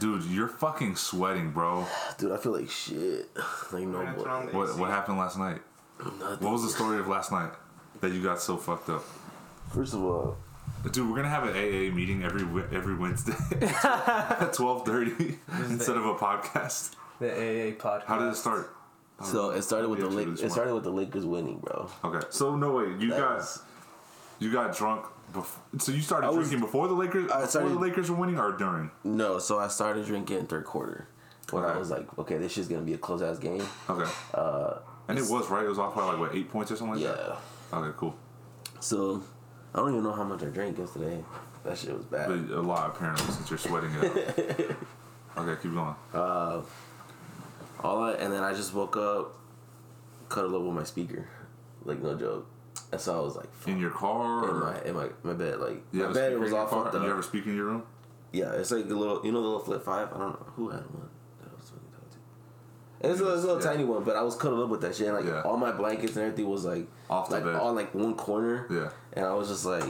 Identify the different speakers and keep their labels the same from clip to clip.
Speaker 1: Dude, you're fucking sweating, bro.
Speaker 2: Dude, I feel like shit. Like no
Speaker 3: Turn
Speaker 2: more.
Speaker 3: on the
Speaker 1: What
Speaker 3: AC.
Speaker 1: what happened last night?
Speaker 2: Nothing.
Speaker 1: What was the story of last night that you got so fucked up?
Speaker 2: First of all,
Speaker 1: Dude, we're gonna have an AA meeting every Wed- every Wednesday at twelve thirty instead of a podcast.
Speaker 3: The AA podcast.
Speaker 1: How did it start?
Speaker 2: so it started with the
Speaker 1: Yeah,
Speaker 2: Lake,
Speaker 1: true, this
Speaker 2: it
Speaker 1: one.
Speaker 2: started with the Lakers winning, bro.
Speaker 1: Okay, so no way, you
Speaker 2: That
Speaker 1: got
Speaker 2: was-
Speaker 1: you got drunk. Bef- so you started
Speaker 2: I was-
Speaker 1: drinking before the Lakers.
Speaker 2: I started-
Speaker 1: before the Lakers were winning or during?
Speaker 2: No, so I started drinking third quarter. When I
Speaker 1: Okay.
Speaker 2: was like, okay, this shit's gonna be a close ass game.
Speaker 1: Okay. Uh, and it was right. It was off by like what eight points or something like
Speaker 2: Yeah.
Speaker 1: that. Okay, cool.
Speaker 2: So I don't even know how much I drank yesterday. That shit was
Speaker 1: But
Speaker 2: bad.
Speaker 1: a lot apparently since you're sweating it. out. okay, keep going.
Speaker 2: All I, and then I just woke up, cuddled up with my speaker, like no joke. And so I was like, fuck,
Speaker 1: In your car
Speaker 2: in
Speaker 1: or
Speaker 2: my in my, my bed, like
Speaker 1: you
Speaker 2: my
Speaker 1: have a
Speaker 2: bed
Speaker 1: speaker
Speaker 2: was
Speaker 1: in your
Speaker 2: all
Speaker 1: car?
Speaker 2: fucked
Speaker 1: Do You
Speaker 2: up.
Speaker 1: ever speak in your room?
Speaker 2: Yeah, it's like the little, you know, the little flip five. I don't know who had one. That I was fucking talking to. It's a, it's a little
Speaker 1: Yeah.
Speaker 2: tiny one, but I was cuddled up with that shit. And like
Speaker 1: Yeah.
Speaker 2: all my blankets and everything was like
Speaker 1: Off the
Speaker 2: like
Speaker 1: bed.
Speaker 2: on like one corner.
Speaker 1: Yeah.
Speaker 2: and I was just like,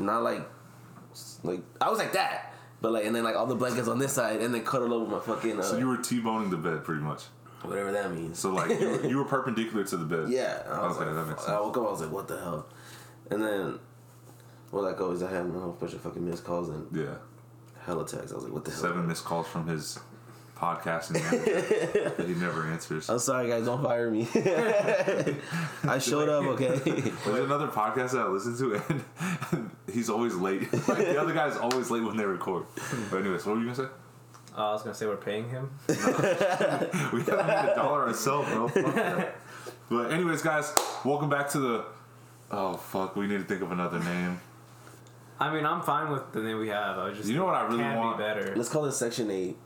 Speaker 2: not like, like I was like that, but like and then like all the blankets on this side, and then cuddled up with my fucking uh,
Speaker 1: So you were t-boning the bed pretty much.
Speaker 2: whatever that means.
Speaker 1: So like you were, you were perpendicular to the bed.
Speaker 2: Yeah. and I was
Speaker 1: Okay,
Speaker 2: like,
Speaker 1: that makes
Speaker 2: fuck.
Speaker 1: sense.
Speaker 2: I woke up, I was like, what the hell? And then, well, like always, I had a whole bunch of fucking missed calls and
Speaker 1: Yeah.
Speaker 2: hella texts. I was like, what the hell?
Speaker 1: Seven missed calls from his podcasting manager that he never answers.
Speaker 2: I'm sorry, guys, don't fire me. I showed up, okay?
Speaker 1: There's another podcast that I listen to, and he's always late. Like, the other guy's always late when they record. But anyways, what were you gonna say?
Speaker 3: Uh, I was gonna say we're paying him.
Speaker 1: We gotta make a dollar ourselves, bro. Fuck that. But anyways, guys, welcome back to the. Oh fuck, we need to think of another name.
Speaker 3: I mean, I'm fine with the name we have. I was just
Speaker 1: You know what I really
Speaker 3: can
Speaker 1: want?
Speaker 3: be better.
Speaker 2: Let's call this Section 8.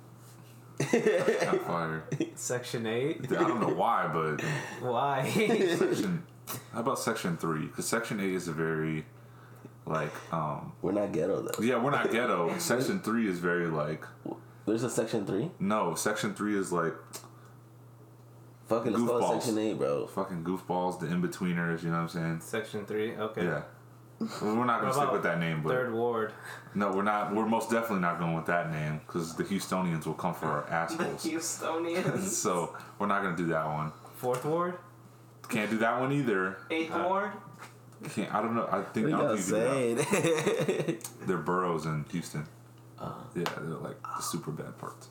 Speaker 1: Not fire.
Speaker 3: Section eight.
Speaker 1: I don't know why, but
Speaker 3: Why?
Speaker 1: section. How about section three? Because section eight is a very, like, um,
Speaker 2: We're not ghetto, though.
Speaker 1: yeah, we're not ghetto. section three is very like,
Speaker 2: There's a Section 3?
Speaker 1: no, section three is like
Speaker 2: Fucking, let's call
Speaker 1: Goofballs.
Speaker 2: it Section 8, bro.
Speaker 1: fucking goofballs, the in betweeners. You know what I'm saying?
Speaker 3: Section three. Okay.
Speaker 1: Yeah. Well, we're not gonna
Speaker 3: What
Speaker 1: stick
Speaker 3: about
Speaker 1: with that name, but
Speaker 3: Third ward.
Speaker 1: no, we're not. We're most definitely not going with that name because the Houstonians will come for our assholes.
Speaker 4: Houstonians.
Speaker 1: so we're not gonna do that one.
Speaker 3: Fourth ward. Uh,
Speaker 1: Can't do that one either.
Speaker 4: Eighth Ward.
Speaker 1: Can't. I don't know. I think
Speaker 2: We
Speaker 1: I don't
Speaker 2: got
Speaker 1: think you can do
Speaker 2: saying.
Speaker 1: that. They're boroughs in Houston.
Speaker 3: Uh.
Speaker 1: yeah, they're like the super bad parts.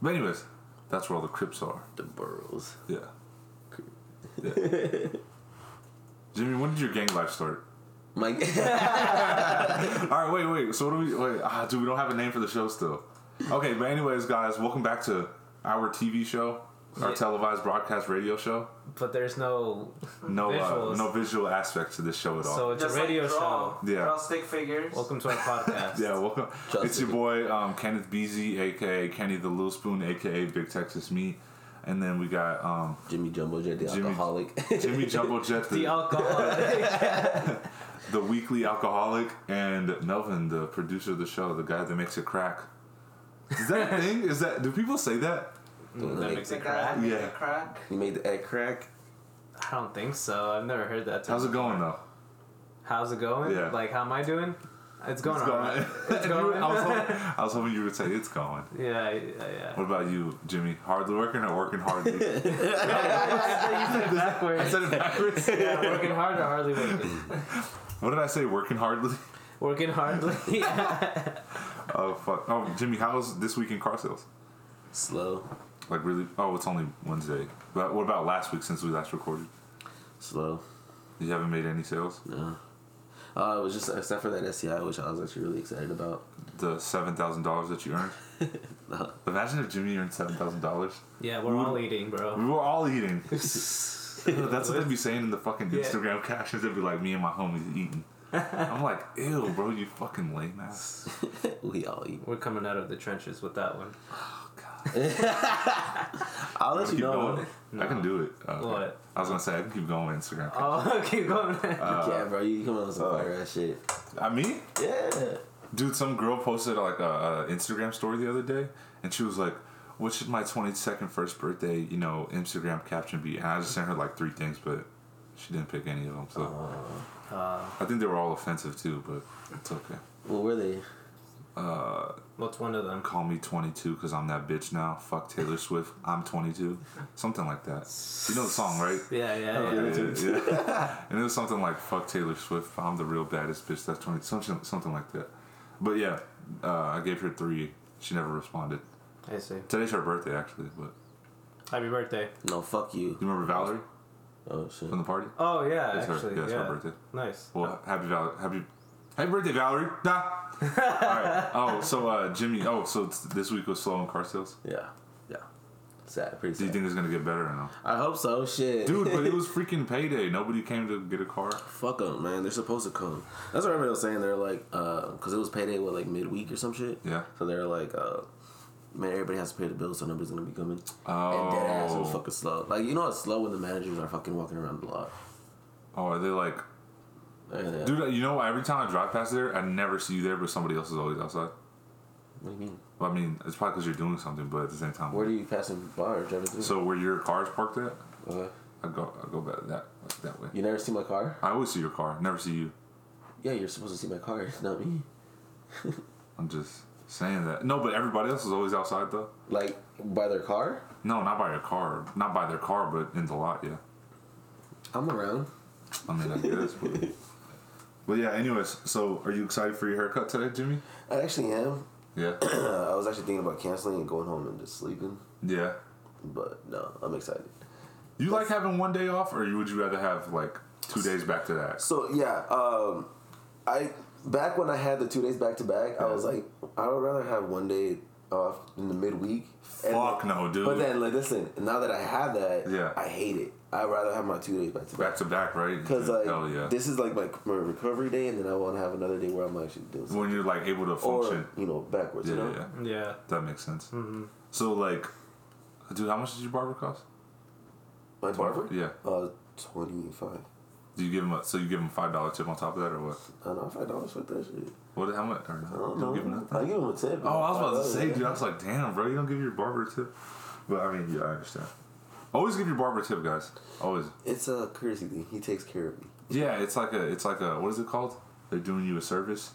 Speaker 1: But anyways, that's where all the Crips are.
Speaker 2: the boroughs.
Speaker 1: Yeah. yeah. Jimmy, when did your gang life start?
Speaker 2: My,
Speaker 1: All right, wait, wait. So what do we? Wait, ah, dude, we don't have a name for the show still. Okay, but anyways, guys, welcome back to our TV show, our
Speaker 3: Yeah.
Speaker 1: televised broadcast radio show.
Speaker 3: But there's no.
Speaker 1: No, uh,
Speaker 3: Visuals.
Speaker 1: no visual aspect to this show at all.
Speaker 3: So it's a radio show.
Speaker 1: Yeah.
Speaker 4: Draw stick figures.
Speaker 3: Welcome to our podcast.
Speaker 1: yeah, welcome.
Speaker 2: Just-
Speaker 1: it's your boy um, Kenneth Beezy, aka Kenny the Little Spoon, aka Big Texas Meat, and then we got um,
Speaker 2: Jimmy Jumbo Jet, the
Speaker 1: Jimmy-
Speaker 2: alcoholic.
Speaker 1: Jimmy Jumbo Jet,
Speaker 3: The
Speaker 1: the, uh,
Speaker 3: alcohol.
Speaker 1: the weekly alcoholic, and Melvin, the producer of the show, the guy that makes it crack. Is that a thing? Is that do people say that?
Speaker 3: that makes
Speaker 4: The
Speaker 3: it
Speaker 4: guy
Speaker 3: crack.
Speaker 4: that made
Speaker 1: Yeah.
Speaker 4: the crack.
Speaker 2: he made the egg crack.
Speaker 3: I don't think so. I've never heard that.
Speaker 1: How's
Speaker 3: term.
Speaker 1: it going though?
Speaker 3: How's it going?
Speaker 1: Yeah.
Speaker 3: Like, how am I doing? It's going
Speaker 1: It's
Speaker 3: all
Speaker 1: going.
Speaker 3: right. It's
Speaker 1: You were-
Speaker 3: going.
Speaker 1: I, was hoping, I was hoping you would say it's going.
Speaker 3: yeah, yeah, yeah.
Speaker 1: What about you, Jimmy? Hardly working or working hardly? I
Speaker 3: Backwards.
Speaker 1: said it backwards.
Speaker 3: Yeah, working hard or hardly working?
Speaker 1: What did I say? Working hardly?
Speaker 3: Working hardly.
Speaker 1: Oh fuck! Oh, Jimmy, how's this week in car sales?
Speaker 2: Slow,
Speaker 1: Like really? Oh, it's only Wednesday. But what about last week since we last recorded?
Speaker 2: slow.
Speaker 1: You haven't made any sales.
Speaker 2: No. Uh, it was just except for that SCI, which I was actually really excited about.
Speaker 1: The seven thousand dollars that you earned.
Speaker 2: No.
Speaker 1: Imagine if Jimmy earned seven thousand dollars.
Speaker 3: yeah, we're all eating,
Speaker 1: We
Speaker 3: bro.
Speaker 1: were all eating. That's what they'd be saying in the fucking
Speaker 3: Yeah.
Speaker 1: Instagram captions. They'd be like, "Me and my homies eating." I'm like, "Ew, bro, you fucking lame ass."
Speaker 2: we all eat.
Speaker 3: We're coming out of the trenches with that one.
Speaker 2: I'll let you
Speaker 1: Keep
Speaker 2: know.
Speaker 1: going. I can do it. Okay.
Speaker 3: What?
Speaker 1: I was gonna say I can keep going with Instagram.
Speaker 3: Oh, keep going.
Speaker 2: you
Speaker 1: uh,
Speaker 2: can't, bro. You come on with some fire ass shit.
Speaker 1: I mean,
Speaker 2: Yeah.
Speaker 1: dude, some girl posted like a, a Instagram story the other day, and she was like, "What should my twenty second first birthday, you know, Instagram caption be?" And I just sent her like three things, but she didn't pick any of them. So I think they were all offensive too, but it's okay.
Speaker 2: Well, were they?
Speaker 1: uh,
Speaker 3: What's one of them?
Speaker 1: call me 22 because I'm that bitch now. Fuck Taylor Swift. I'm 22. Something like that. You know the song, right?
Speaker 3: Yeah, yeah,
Speaker 1: Yeah,
Speaker 3: yeah.
Speaker 1: yeah, yeah. and it was something like "fuck Taylor Swift." I'm the real baddest bitch. That's twenty something something like that. But yeah, uh, I gave her three. She never responded.
Speaker 3: I see.
Speaker 1: Today's her birthday actually. But
Speaker 3: Happy birthday.
Speaker 2: No, fuck you.
Speaker 1: you remember Valerie
Speaker 2: Oh shit.
Speaker 1: from the party?
Speaker 3: Oh yeah,
Speaker 1: It's her-
Speaker 3: actually,
Speaker 1: yeah,
Speaker 3: yeah. Oh.
Speaker 1: it's her birthday.
Speaker 3: Nice.
Speaker 1: Well, happy Val happy happy birthday Valerie. Nah. All right. Oh, so uh, Jimmy. Oh, so t- this week was slow on car sales.
Speaker 2: Yeah, yeah. Sad, pretty
Speaker 1: Do you
Speaker 2: sad.
Speaker 1: think it's gonna get better or no?
Speaker 2: I hope so. Shit,
Speaker 1: Dude, but it was freaking payday. Nobody came to get a car.
Speaker 2: Fuck them, man. They're supposed to come. That's what everybody was saying. They're like, uh 'cause it was payday, what, like midweek or some shit?
Speaker 1: Yeah.
Speaker 2: So they're like, uh, man, everybody has to pay the bills, so nobody's gonna be coming. And dead ass, it was
Speaker 1: Oh,
Speaker 2: fucking slow. Like, you know, it's slow when the managers are fucking walking around the lot.
Speaker 1: oh, are they like?
Speaker 2: And, uh,
Speaker 1: Dude, you know, every time I drive past there, I never see you there, but somebody else is always outside.
Speaker 2: What do you mean?
Speaker 1: Well, I mean, it's probably because you're doing something, but at the same time,
Speaker 2: Where do you pass them by or driving through?
Speaker 1: so where your car's parked at,
Speaker 2: uh,
Speaker 1: I go, I go back that that way.
Speaker 2: you never see my car?
Speaker 1: I always see your car, never see you.
Speaker 2: Yeah, you're supposed to see my car, not me.
Speaker 1: I'm just saying that. No, but everybody else is always outside though.
Speaker 2: Like, by their car?
Speaker 1: No, not by your car, not by their car, but in the lot. Yeah,
Speaker 2: I'm around.
Speaker 1: I mean, I guess. But, but yeah. Anyways, so are you excited for your haircut today, Jimmy?
Speaker 2: I actually am.
Speaker 1: Yeah.
Speaker 2: I was actually thinking about canceling and going home and just sleeping,
Speaker 1: Yeah.
Speaker 2: but no, I'm excited.
Speaker 1: You like having one day off, or you would you rather have like two days back to that?
Speaker 2: So yeah, um, I back when I had the two days back to back, I was like, I would rather have one day off in the midweek. and-
Speaker 1: Fuck no, dude.
Speaker 2: But then like, listen, now that I have that,
Speaker 1: Yeah.
Speaker 2: I hate it. I'd rather have my two days back to back.
Speaker 1: Back to back, right?
Speaker 2: Cause like
Speaker 1: Hell yeah.
Speaker 2: this is like my, my recovery day, and then I want to have another day where I'm actually doing something.
Speaker 1: when you're like able to function.
Speaker 2: or you know backwards.
Speaker 1: yeah,
Speaker 2: you know?
Speaker 1: yeah, yeah.
Speaker 3: Yeah.
Speaker 1: That makes sense.
Speaker 2: Mm-hmm.
Speaker 1: So like, dude, how much did your barber cost?
Speaker 2: My barber,
Speaker 1: Yeah.
Speaker 2: uh, twenty five.
Speaker 1: Do you give him a so you give him a five dollar tip on top of that or what?
Speaker 2: I don't know five dollars for that shit.
Speaker 1: What how much? Or
Speaker 2: I
Speaker 1: no,
Speaker 2: don't
Speaker 1: don't give him
Speaker 2: know.
Speaker 1: nothing.
Speaker 2: I give him a tip.
Speaker 1: Oh, I was about to
Speaker 2: $5,
Speaker 1: say,
Speaker 2: yeah.
Speaker 1: dude, I was like, damn, bro, you don't give your barber a tip. But I mean, yeah, I understand. Always give your barber a tip, guys. Always.
Speaker 2: It's a courtesy thing. He takes care of me.
Speaker 1: Yeah, it's like a, it's like a, what is it called? They're doing you a service.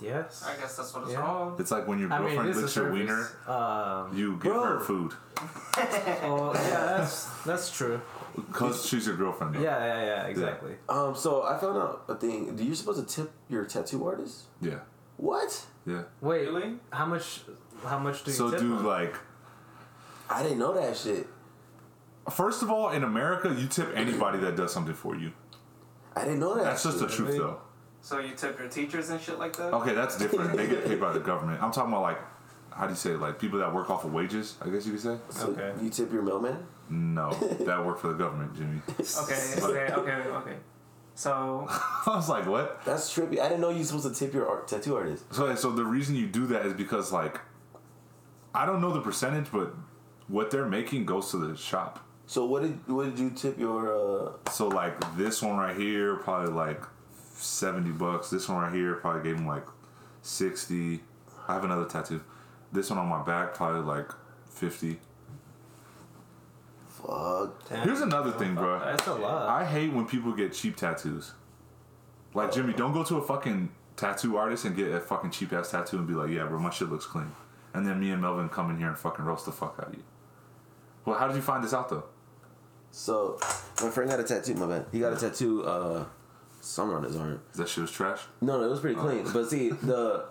Speaker 3: Yes.
Speaker 4: I guess that's what it's
Speaker 3: Yeah.
Speaker 4: called.
Speaker 1: It's like when your
Speaker 3: I mean,
Speaker 1: girlfriend
Speaker 3: it is a
Speaker 1: licks your
Speaker 3: service.
Speaker 1: wiener,
Speaker 3: Um.
Speaker 1: you give
Speaker 2: Bro.
Speaker 1: her food
Speaker 3: Well, yeah, that's that's true.
Speaker 1: because she's your girlfriend.
Speaker 3: Yeah,
Speaker 1: though.
Speaker 3: yeah, yeah. Exactly.
Speaker 2: Um, so I found out a thing. Do you supposed to tip your tattoo artist?
Speaker 1: yeah,
Speaker 2: What?
Speaker 1: yeah.
Speaker 3: Wait,
Speaker 4: Really?
Speaker 3: how much? How much do you
Speaker 1: So,
Speaker 3: tip?
Speaker 1: dude,
Speaker 3: on?
Speaker 1: like,
Speaker 2: I didn't know that shit.
Speaker 1: first of all, in America, you tip anybody that does something for you.
Speaker 2: I didn't know that.
Speaker 1: That's just the
Speaker 2: shit.
Speaker 1: truth, though.
Speaker 4: So you tip your teachers and shit like that?
Speaker 1: Okay, that's different. they get paid by the government. I'm talking about like, how do you say it? like people that work off of wages? I guess you could say.
Speaker 2: So
Speaker 3: Okay.
Speaker 2: You tip your mailman?
Speaker 1: No, that work for the government, Jimmy.
Speaker 4: Okay, okay, okay, okay. So,
Speaker 1: I was like, what?
Speaker 2: That's trippy. I didn't know you were supposed to tip your art, tattoo artist.
Speaker 1: So, so the reason you do that is because like, I don't know the percentage, but what they're making goes to the shop.
Speaker 2: So what did what did you tip your? uh
Speaker 1: So like this one right here, probably like seventy bucks. This one right here probably gave him like sixty. I have another tattoo. This one on my back probably like fifty.
Speaker 2: Fuck.
Speaker 3: Damn.
Speaker 1: Here's another thing, bro.
Speaker 3: That's a lot.
Speaker 1: I hate when people get cheap tattoos. Like Jimmy, don't go to a fucking tattoo artist and get a fucking cheap ass tattoo and be like, "Yeah, bro, my shit looks clean." And then me and Melvin come in here and fucking roast the fuck out of you. Well, how did you find this out though?
Speaker 2: So my friend got a tattoo. My man, he got a tattoo. Uh, somewhere on his arm.
Speaker 1: 'Cause That shit was trash.
Speaker 2: No, no, it was pretty clean.
Speaker 1: Oh.
Speaker 2: But see the.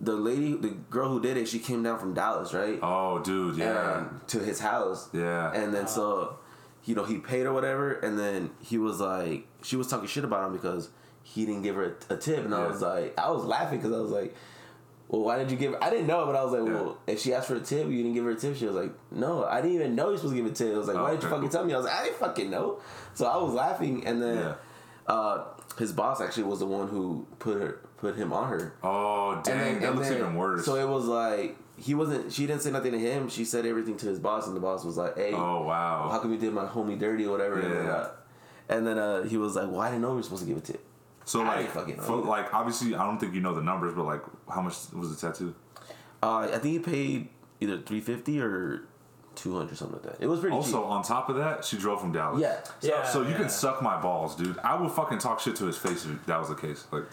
Speaker 2: The lady, the girl who did it, she came down from Dallas, right?
Speaker 1: Oh, dude, yeah,
Speaker 2: um, to his house.
Speaker 1: yeah.
Speaker 2: And then so, you know, he paid or whatever, and then he was like, she was talking shit about him because he didn't give her a, a tip, and I
Speaker 1: Yeah.
Speaker 2: was like, I was laughing because I was like, well, why did you give? I didn't know, but I was like,
Speaker 1: Yeah.
Speaker 2: well, if she asked for a tip, you didn't give her a tip. She was like, no, I didn't even know you're supposed to give a tip. I was like,
Speaker 1: Oh,
Speaker 2: why did you
Speaker 1: okay.
Speaker 2: fucking tell me? I was like, I didn't fucking know. So I was laughing, and then.
Speaker 1: Yeah.
Speaker 2: Uh, his boss actually was the one who put her put him on her.
Speaker 1: oh, dang,
Speaker 2: And then-
Speaker 1: that
Speaker 2: and
Speaker 1: looks
Speaker 2: then-
Speaker 1: even worse.
Speaker 2: So it was like he wasn't. She didn't say nothing to him. She said everything to his boss, and the boss was like, "Hey,
Speaker 1: oh wow.
Speaker 2: how come you did my homie dirty or whatever?" And,
Speaker 1: Yeah.
Speaker 2: uh, and then uh, he was like, "Well, I didn't know we were supposed to give a tip."
Speaker 1: so
Speaker 2: I
Speaker 1: like,
Speaker 2: didn't fucking know
Speaker 1: for,
Speaker 2: either.
Speaker 1: like obviously, I don't think you know the numbers, but like, how much was the tattoo?
Speaker 2: Uh, I think he paid either three fifty or two hundred something like that. It was pretty
Speaker 1: Also, on top of that, she drove from Dallas.
Speaker 2: cheap. Yeah.
Speaker 3: yeah.
Speaker 1: So you
Speaker 3: yeah.
Speaker 1: can suck my balls, dude. I would fucking talk shit to his face if that was the case. Like,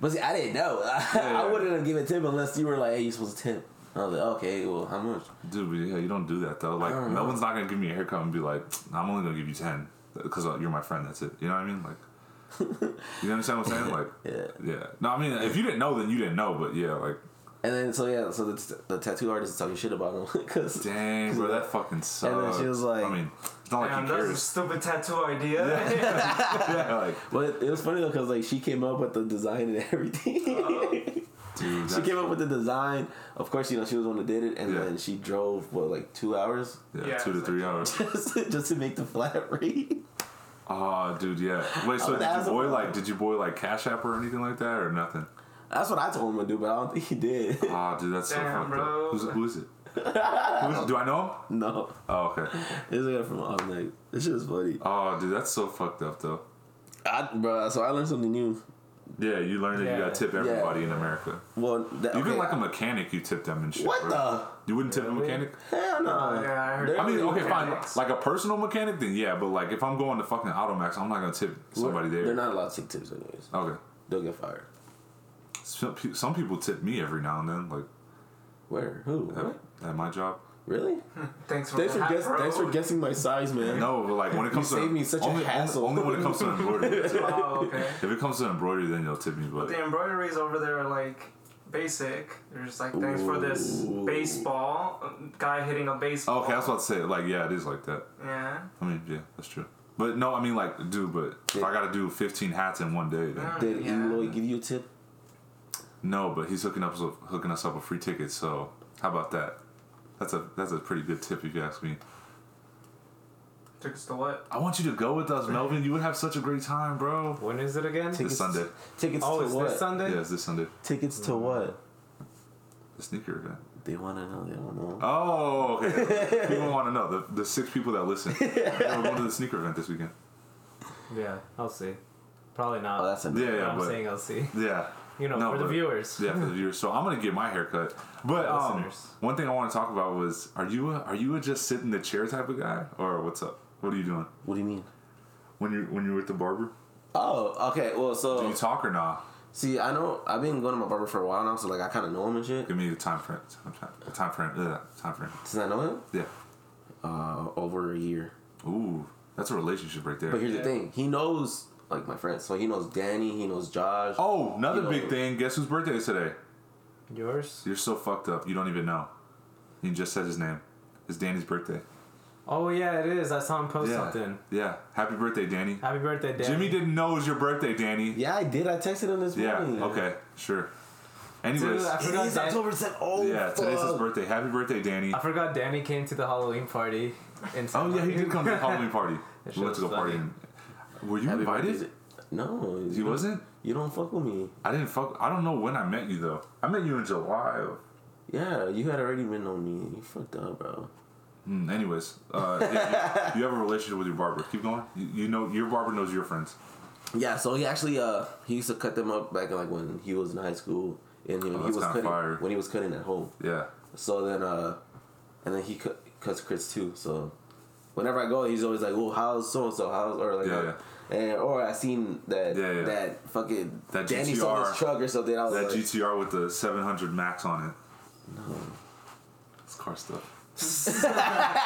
Speaker 2: But see, I didn't know.
Speaker 1: yeah.
Speaker 2: I wouldn't have given tip unless you were like, "Hey, you supposed to tip." I was like, "Okay, well, how much?"
Speaker 1: Dude, but yeah, you don't do that though. Like,
Speaker 2: don't know.
Speaker 1: Melvin's not gonna give me a haircut and be like, "I'm only gonna give you ten because you're my friend." That's it. You know what I mean? Like, you understand what I'm saying? Like,
Speaker 2: Yeah.
Speaker 1: yeah. No, I mean, if you didn't know, then you didn't know. But yeah, like,
Speaker 2: And then so yeah, so the, the tattoo artist is talking shit about him because
Speaker 1: dang, bro, that fucking sucks.
Speaker 2: then she was like-
Speaker 1: I mean, it's not like
Speaker 3: Damn,
Speaker 1: he
Speaker 3: that's a
Speaker 1: cares.
Speaker 3: stupid tattoo idea.
Speaker 1: yeah, like,
Speaker 2: But it was funny though, cause like she came up with the design and everything.
Speaker 1: Uh-huh. dude,
Speaker 2: she
Speaker 1: that's-
Speaker 2: came up with the design. Of course, you know she was the one that did it, and
Speaker 1: Yeah.
Speaker 2: then she drove what like two hours
Speaker 1: yeah,
Speaker 3: Yeah,
Speaker 1: two to
Speaker 3: it's
Speaker 1: three
Speaker 3: like-
Speaker 1: hours.
Speaker 2: just to, just to make the flat rate.
Speaker 1: Oh, dude, yeah. Wait, so
Speaker 2: would
Speaker 1: did
Speaker 2: ask
Speaker 1: you boy
Speaker 2: him.
Speaker 1: like? Did you boy like Cash App or anything like that or nothing?
Speaker 2: That's what I told him to do, but I don't think he did.
Speaker 1: Oh, dude, that's
Speaker 3: Damn,
Speaker 1: so fucked up.
Speaker 3: bro.
Speaker 1: Who's, who is it? Who's, do I know him?
Speaker 2: no,
Speaker 1: Oh, okay.
Speaker 2: this guy from Off Night. This shit was funny,
Speaker 1: Oh, dude, that's so fucked up though.
Speaker 2: I, bro. So I learned something new.
Speaker 1: Yeah, you learn that you
Speaker 5: Yeah.
Speaker 1: gotta tip everybody in America.
Speaker 2: Well, that,
Speaker 1: Even
Speaker 2: okay.
Speaker 1: like a mechanic, you tip them and shit.
Speaker 2: what
Speaker 1: bro.
Speaker 2: the
Speaker 1: You wouldn't tip a mechanic?
Speaker 2: hell no?
Speaker 3: Oh, yeah, I heard.
Speaker 2: There-
Speaker 1: I mean, okay, fine.
Speaker 3: Mechanics.
Speaker 1: Like a personal mechanic, then yeah. But like, if I'm going to fucking Automax, I'm not gonna tip somebody there.
Speaker 2: They're not allowed to take tips anyways.
Speaker 1: okay.
Speaker 2: They'll get fired.
Speaker 1: Some pe- some people tip me every now and then, like
Speaker 2: Where? Who?
Speaker 1: at,
Speaker 2: What?
Speaker 1: at my job.
Speaker 2: Really?
Speaker 3: Thanks for
Speaker 2: Thanks for,
Speaker 3: that,
Speaker 2: guess,
Speaker 3: bro.
Speaker 2: thanks for guessing my size, man.
Speaker 1: No, but like when it comes to
Speaker 2: saved me such a
Speaker 1: only,
Speaker 2: hassle.
Speaker 1: Only when it comes to embroidery. That's right.
Speaker 3: Oh, okay.
Speaker 1: if it comes to embroidery, then you'll tip me. But
Speaker 3: The embroideries over there are like basic. They're just like, thanks for this
Speaker 2: Ooh.
Speaker 3: baseball um, guy hitting a baseball.
Speaker 1: okay, I was about to say, like, yeah, it is like that.
Speaker 3: Yeah.
Speaker 1: I mean, yeah, that's true. But no, I mean, like, dude, but if I gotta do 15 hats in one day, then
Speaker 3: Mm,
Speaker 2: Did
Speaker 3: yeah.
Speaker 2: Eloy give you a tip?
Speaker 1: No, but he's hooking us up hooking us up with free tickets. So how about that? That's a that's a pretty good tip if you ask me.
Speaker 3: Took us to what?
Speaker 1: I want you to go with us, Melvin. You would have such a great time, bro.
Speaker 5: When is it again?
Speaker 1: This Sunday.
Speaker 2: Tickets
Speaker 5: Oh,
Speaker 2: to
Speaker 5: is
Speaker 2: what?
Speaker 5: this Sunday?
Speaker 1: Yeah, it's this Sunday.
Speaker 2: Tickets to what?
Speaker 1: The sneaker event.
Speaker 2: They want to know. They don't know.
Speaker 1: Oh, okay. people want to know the, the six people that listen. We're going to the sneaker event this weekend.
Speaker 5: Yeah, I'll see. Probably not.
Speaker 2: Oh, that's a
Speaker 1: Yeah,
Speaker 5: But
Speaker 1: yeah,
Speaker 5: I'm
Speaker 1: but
Speaker 5: saying I'll see.
Speaker 1: yeah,
Speaker 5: You know,
Speaker 1: No,
Speaker 5: for the
Speaker 1: but-
Speaker 5: viewers.
Speaker 1: yeah, for the viewers. So I'm gonna get my haircut. But um,
Speaker 5: Listeners.
Speaker 1: one thing I want to talk about was are you a, are you a just sit in the chair type of guy or what's up? What are you doing
Speaker 2: What do you mean?
Speaker 1: when you when you're with the barber?
Speaker 2: Oh, okay. Well,
Speaker 1: Do
Speaker 2: so
Speaker 1: you talk or nah?
Speaker 2: see, I know I've been going to my barber for a while now, so like I kind of know him and shit.
Speaker 1: Give me the time frame. Time, time, time frame. Yeah, time frame.
Speaker 2: Since I know him,
Speaker 1: Yeah.
Speaker 2: uh, over a year.
Speaker 1: Ooh, that's a relationship right there.
Speaker 2: But here's
Speaker 3: Yeah.
Speaker 2: the thing: he knows like my friends, so he knows Danny, he knows Josh.
Speaker 1: oh, another
Speaker 2: You know-
Speaker 1: big thing. Guess whose birthday is today?
Speaker 5: Yours?
Speaker 1: You're so fucked up. You don't even know. You just said his name. It's Danny's birthday.
Speaker 5: Oh yeah, it is. I saw him post
Speaker 1: yeah.
Speaker 5: something.
Speaker 1: Yeah. Happy birthday, Danny.
Speaker 5: Happy birthday, Danny.
Speaker 1: Jimmy didn't know it was your birthday, Danny.
Speaker 2: Yeah, I did. I texted him this
Speaker 1: Yeah.
Speaker 2: morning.
Speaker 1: Okay. Sure.
Speaker 5: Dude,
Speaker 1: Anyways.
Speaker 5: I
Speaker 2: It
Speaker 5: forgot.
Speaker 2: is
Speaker 5: Dan-
Speaker 2: October 10th. Oh,
Speaker 1: yeah. Today's his
Speaker 2: fuck.
Speaker 1: birthday. Happy birthday, Danny.
Speaker 5: I forgot Danny came to the Halloween party. In San
Speaker 1: Oh yeah, he did
Speaker 5: Martin.
Speaker 1: come to the Halloween party.
Speaker 5: That
Speaker 1: we
Speaker 5: shit
Speaker 1: went to go
Speaker 5: was
Speaker 1: party.
Speaker 5: funny.
Speaker 1: and- Were you
Speaker 2: Happy
Speaker 1: invited?
Speaker 2: birthday. No,
Speaker 1: He wasn't.
Speaker 2: You don't fuck with me.
Speaker 1: I didn't fuck. I don't know when I met you though. I met you in July. Of,
Speaker 2: Yeah, you had already been on me. You fucked up, bro.
Speaker 1: Mm, anyways, uh, yeah, you, you have a relationship with your barber. Keep going. You, you know your barber knows your friends.
Speaker 2: Yeah, so he actually uh he used to cut them up back in, like when he was in high school and you know,
Speaker 1: Oh,
Speaker 2: he
Speaker 1: that's
Speaker 2: was
Speaker 1: kinda
Speaker 2: cutting
Speaker 1: fire.
Speaker 2: when he was cutting at home.
Speaker 1: Yeah.
Speaker 2: So then uh and then he cut, cuts Chris too. So whenever I go, he's always like, "Well, how's so and so? How's or like."
Speaker 1: Yeah,
Speaker 2: uh, And, or I seen that
Speaker 1: Yeah, yeah.
Speaker 2: that fucking
Speaker 1: That
Speaker 2: Danny saw
Speaker 1: GTR.
Speaker 2: his truck or something. I was
Speaker 1: That
Speaker 2: like,
Speaker 1: GTR with the 700 max on it. No. It's car stuff.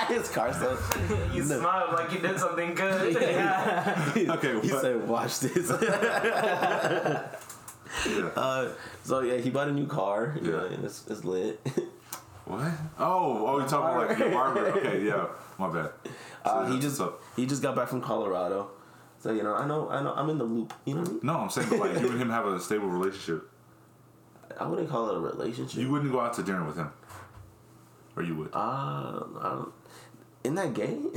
Speaker 2: his car stuff.
Speaker 3: You
Speaker 2: No.
Speaker 3: smiled like you did something good.
Speaker 1: Okay,
Speaker 2: he
Speaker 1: what?
Speaker 2: said, "Watch this."
Speaker 1: Yeah.
Speaker 2: uh, so yeah, he bought a new car. You
Speaker 1: Yeah.
Speaker 2: know, and it's, it's lit.
Speaker 1: what? Oh, oh, you're talking about like your barber. Okay, yeah. My bad.
Speaker 2: Uh, he
Speaker 1: that's
Speaker 2: just
Speaker 1: what's up.
Speaker 2: he just got back from Colorado, so you know I know I know I'm in the loop. You know what I mean?
Speaker 1: No, I'm saying but like you and him have a stable relationship.
Speaker 2: I wouldn't call it a relationship.
Speaker 1: You wouldn't go out to dinner with him, or you would.
Speaker 2: uh, I don't. In that game,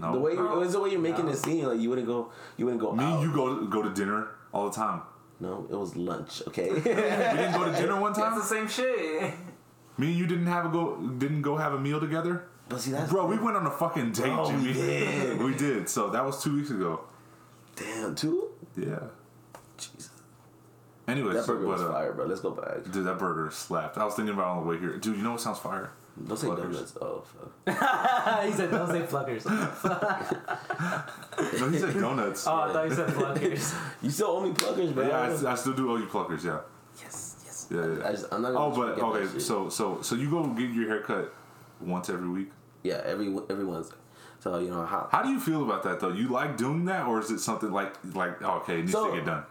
Speaker 1: No.
Speaker 2: the way you,
Speaker 3: No.
Speaker 2: it's the way you're making it seem like you wouldn't go, you wouldn't go
Speaker 1: Me,
Speaker 2: out.
Speaker 1: and you go go to dinner all the time.
Speaker 2: no, it was lunch. Okay,
Speaker 1: We didn't go to dinner one
Speaker 3: That's the
Speaker 1: time.
Speaker 3: same shit.
Speaker 1: Me and you didn't have a go didn't go have a meal together.
Speaker 2: but see that's
Speaker 1: Bro, we went on a fucking date,
Speaker 2: Oh,
Speaker 1: Jimmy.
Speaker 2: we did.
Speaker 1: We did. So that was two weeks ago.
Speaker 2: damn too.
Speaker 1: Yeah.
Speaker 2: Jesus,
Speaker 1: Anyways,
Speaker 2: that burger
Speaker 1: but,
Speaker 2: was
Speaker 1: uh,
Speaker 2: fire, bro. Let's go back.
Speaker 1: dude, that burger slapped. I was thinking about it on the way here. Dude, you know what sounds fire?
Speaker 6: Don't say
Speaker 1: Fuckers.
Speaker 6: donuts. Oh, fuck.
Speaker 3: he said, "Don't say pluckers." oh,
Speaker 1: No, he said donuts.
Speaker 3: I thought you said pluckers.
Speaker 6: You still owe me pluggers, bro.
Speaker 1: yeah, I, s- I still do owe you pluckers. Yeah,
Speaker 6: yes, yes.
Speaker 1: yeah, yeah.
Speaker 6: I just, I'm not gonna
Speaker 1: oh,
Speaker 6: let you
Speaker 1: but
Speaker 6: forget that
Speaker 1: okay.
Speaker 6: shit.
Speaker 1: So, so, so you go get your haircut once every week.
Speaker 6: yeah, every everyone's. So you know how
Speaker 1: How do you feel about that though? You like doing that, or is it something like like oh, okay, it needs
Speaker 6: So-
Speaker 1: to get done?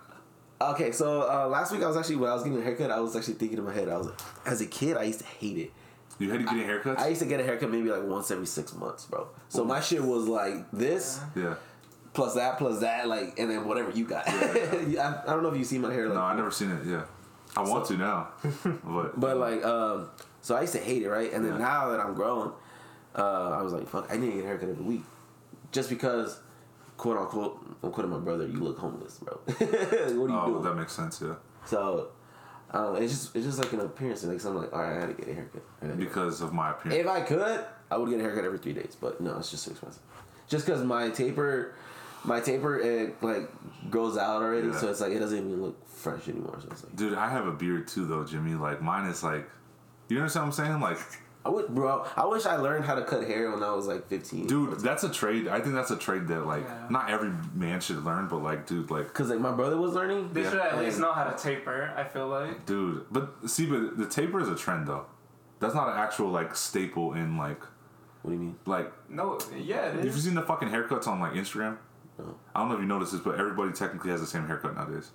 Speaker 6: Okay, so uh, last week I was actually when I was getting a haircut, I was actually thinking in my head. I was like, as a kid, I used to hate it.
Speaker 1: You had to get a haircut.
Speaker 6: I used to get a haircut maybe like once every six months, bro. So my shit was like this
Speaker 1: yeah.
Speaker 6: plus that plus that, like, and then whatever you got. I, I don't know if you see my hair, like,
Speaker 1: No, I never seen it. Yeah, I want to now, but
Speaker 6: but like, um, so I used to hate it, right? And then
Speaker 1: Yeah.
Speaker 6: now that I'm grown, uh, I was like, fuck, I need to get a haircut every week, just because, quote unquote, I'm quoting my brother. You look homeless, bro. what are you
Speaker 1: oh,
Speaker 6: doing?
Speaker 1: that makes sense. Yeah,
Speaker 6: So um, it's just it's just like an appearance thing. So I'm like, all right, I gotta get a haircut. I gotta get a haircut.
Speaker 1: because of my appearance.
Speaker 6: If I could, I would get a haircut every three days, but no, it's just too expensive. Just because my taper, my taper, it like grows out already,
Speaker 1: Yeah.
Speaker 6: so it's like it doesn't even look fresh anymore. So it's like,
Speaker 1: Dude, I have a beard too, though, Jimmy. Like mine is like, you understand what I'm saying? Like,
Speaker 6: I would, bro. I wish I learned how to cut hair when I was like 15,
Speaker 1: dude, that's a trade. I think that's a trade that like
Speaker 4: Yeah.
Speaker 1: not every man should learn, but like, dude, like,
Speaker 6: Cause like my brother was learning.
Speaker 4: They
Speaker 1: Yeah.
Speaker 4: should at least know how to taper. I feel like.
Speaker 1: dude. But see, but the taper is a trend though. That's not an actual like staple in like
Speaker 6: What do you mean?
Speaker 1: like.
Speaker 4: No, yeah, it
Speaker 1: Have you
Speaker 4: is.
Speaker 1: seen the fucking haircuts on like Instagram?
Speaker 6: No.
Speaker 1: I don't know if you noticed this, but everybody technically has the same haircut nowadays.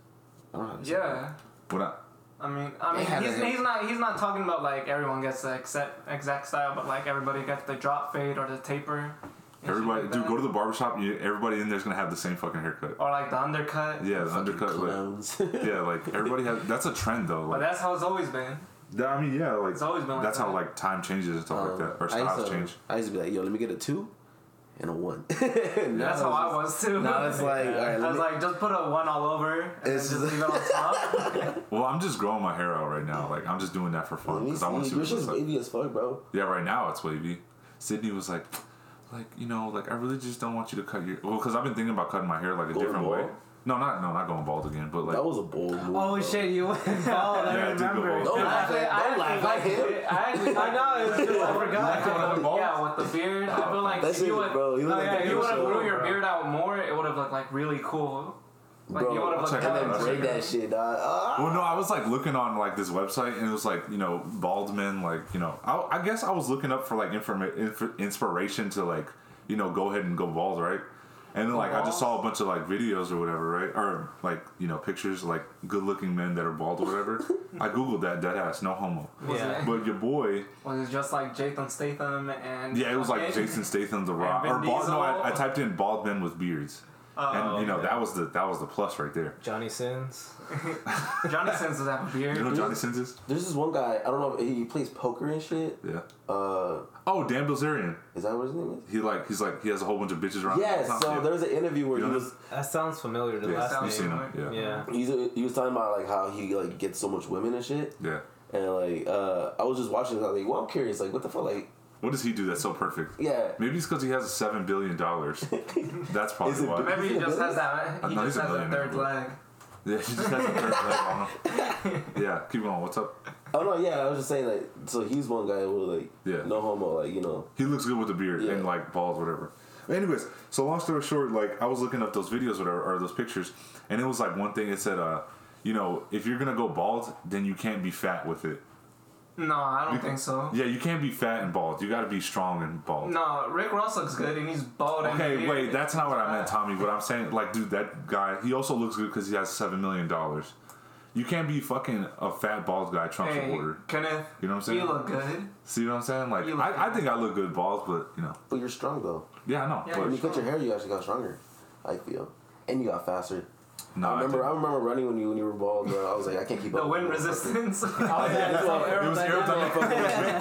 Speaker 6: I don't know. How to say that.
Speaker 4: Yeah.
Speaker 1: But I,
Speaker 4: I mean, I mean,
Speaker 6: They had
Speaker 4: he's,
Speaker 6: a-
Speaker 4: he's not he's not talking about like everyone gets the exact exact style, but like everybody gets the drop fade or the taper. and shit
Speaker 1: everybody,
Speaker 4: like
Speaker 1: dude,
Speaker 4: that.
Speaker 1: go to the barbershop. You, everybody in there's gonna have the same fucking haircut.
Speaker 4: or like the undercut.
Speaker 1: Yeah, the undercut. Like,
Speaker 6: Clowns.
Speaker 1: yeah, like everybody has. That's a trend though. Like,
Speaker 4: But that's how it's always been.
Speaker 1: that, I mean, yeah, like
Speaker 4: It's always been like
Speaker 1: that's how
Speaker 4: that.
Speaker 1: like time changes and stuff
Speaker 2: Oh,
Speaker 1: like
Speaker 6: Um,
Speaker 1: that, or
Speaker 6: I used
Speaker 1: styles
Speaker 6: to-
Speaker 1: change.
Speaker 6: I used to be like, yo, let me get a two and a one.
Speaker 4: That's how I was too.
Speaker 6: Now it's like, all right,
Speaker 4: I
Speaker 6: let
Speaker 4: was
Speaker 6: me-
Speaker 4: like, just put a one all over and then
Speaker 6: It's
Speaker 4: just
Speaker 6: just-
Speaker 4: leave it on top.
Speaker 1: Well, I'm just growing my hair out right now. Like I'm just doing that for fun
Speaker 2: Let me
Speaker 1: because Oh, I want to
Speaker 2: see.
Speaker 1: see what
Speaker 2: Your
Speaker 1: it
Speaker 2: shit's
Speaker 1: looks like.
Speaker 2: wavy as fuck, bro.
Speaker 1: Yeah, right now it's wavy. Sydney was like, like you know, like I really just don't want you to cut your. Well, because I've been thinking about cutting my hair like a
Speaker 6: Going
Speaker 1: different way.
Speaker 6: bald?
Speaker 1: No, not no, not going bald again, but like
Speaker 6: That was a bold move.
Speaker 3: oh
Speaker 6: bro.
Speaker 3: shit, you went bald. I
Speaker 1: Yeah, I did go
Speaker 3: remember.
Speaker 1: bald.
Speaker 6: Don't
Speaker 4: I
Speaker 6: laugh
Speaker 4: actually-
Speaker 6: at-
Speaker 4: I
Speaker 6: don't
Speaker 4: actually
Speaker 6: laugh at
Speaker 4: liked
Speaker 6: him.
Speaker 4: it. I actually
Speaker 3: I know, it's just, I
Speaker 4: Like,
Speaker 3: forgot.
Speaker 1: going bald?
Speaker 4: yeah, with the beard, I feel like
Speaker 2: That
Speaker 4: if
Speaker 2: shit,
Speaker 4: you would,
Speaker 2: bro. You look
Speaker 3: Oh,
Speaker 2: like
Speaker 3: yeah,
Speaker 2: that
Speaker 4: if you would
Speaker 2: bitch,
Speaker 4: have
Speaker 3: Bro.
Speaker 4: grew your beard out more, it would have looked like really cool. Like
Speaker 2: Bro,
Speaker 4: you would have
Speaker 2: I'll
Speaker 4: looked
Speaker 1: check it
Speaker 4: like
Speaker 1: out.
Speaker 2: And then
Speaker 1: That's
Speaker 2: braid
Speaker 1: true.
Speaker 2: that shit, dog. Ah!
Speaker 1: Well, no, I was like looking on like this website, and it was like you know bald men, like you know. I, I guess I was looking up for like informa- inf- inspiration to like you know go ahead and go bald, right? And then like I just saw a bunch of like videos or whatever, right? Or like you know pictures like good looking men that are bald or whatever. I googled that dead ass, no homo.
Speaker 3: Yeah.
Speaker 1: But your boy,
Speaker 4: Was it just like Jason Statham and
Speaker 1: yeah, it was like
Speaker 4: fucking-
Speaker 1: Jason Statham, The Rock,
Speaker 4: Vin
Speaker 1: or bald. No, I, I
Speaker 4: Diesel.
Speaker 1: typed in bald men with beards,
Speaker 4: Uh,
Speaker 1: and you know
Speaker 3: okay.
Speaker 1: that was the that was the plus right there.
Speaker 3: Johnny Sins.
Speaker 4: Johnny Sins does have a
Speaker 1: You know
Speaker 4: beard.
Speaker 1: who Johnny Sins is?
Speaker 2: There's this one guy. I don't know. if He plays poker and shit.
Speaker 1: Yeah.
Speaker 2: Uh,
Speaker 1: Oh, Dan Bilzerian.
Speaker 2: is that what his name is?
Speaker 1: He like he's like he has a whole bunch of bitches around.
Speaker 2: Yes.
Speaker 1: him all the
Speaker 2: So
Speaker 1: time.
Speaker 2: there was an interview where
Speaker 1: You
Speaker 2: he
Speaker 1: know
Speaker 2: was
Speaker 3: That sounds familiar. The
Speaker 1: Yeah,
Speaker 3: last
Speaker 1: you've
Speaker 4: sounds
Speaker 3: name.
Speaker 1: seen him. Yeah.
Speaker 3: Yeah.
Speaker 2: he's, he was talking about like how he like gets so much women and shit.
Speaker 1: Yeah.
Speaker 2: And like uh, I was just watching. it, I was like, well, I'm curious. Like, what the fuck? Like,
Speaker 1: What does he do that's so perfect?
Speaker 2: yeah.
Speaker 1: Maybe it's because he has seven billion dollars. that's probably
Speaker 2: Is it
Speaker 1: why.
Speaker 4: Maybe he just has that. He
Speaker 1: No, he's
Speaker 4: just
Speaker 1: a
Speaker 4: has a
Speaker 1: billionaire.
Speaker 4: third leg.
Speaker 1: Yeah, he just has a third leg on him. Yeah, keep going. What's up?
Speaker 2: Oh no, yeah. I was just saying like. So he's one guy who like,
Speaker 1: Yeah.
Speaker 2: no homo. Like you know.
Speaker 1: He looks good with a beard
Speaker 2: Yeah.
Speaker 1: and like balls, whatever. Anyways, so long story short, like I was looking up those videos, whatever, or those pictures, and it was like one thing. It said, uh, you know, if you're gonna go bald, then you can't be fat with it.
Speaker 4: No, I don't think so.
Speaker 1: Yeah, you can't be fat and bald. You got to be strong and bald.
Speaker 4: No, Rick Ross looks good and he's bald. and
Speaker 1: Okay,
Speaker 4: beard.
Speaker 1: wait, that's not what I meant, Tommy. What I'm saying, like, dude, that guy, he also looks good because he has seven million dollars. You can't be fucking a fat bald guy Trump
Speaker 4: Hey,
Speaker 1: supporter.
Speaker 4: Kenneth,
Speaker 1: You know what I'm saying?
Speaker 4: you look good.
Speaker 1: See what I'm saying? Like,
Speaker 4: You look
Speaker 1: I, I
Speaker 4: good.
Speaker 1: think I look good bald, but you know,
Speaker 2: But you're strong though.
Speaker 1: yeah, I know.
Speaker 4: Yeah,
Speaker 2: When you
Speaker 1: but
Speaker 2: cut your hair, you actually got stronger. I feel. And you got faster.
Speaker 1: no,
Speaker 2: I
Speaker 1: I
Speaker 2: remember. I,
Speaker 1: didn't.
Speaker 2: remember running when you when you were bald, bro. I was like, I can't keep up.
Speaker 4: The wind
Speaker 2: Bro.
Speaker 4: resistance.
Speaker 3: Oh, yeah, it's all
Speaker 1: It was
Speaker 3: aerodynamic.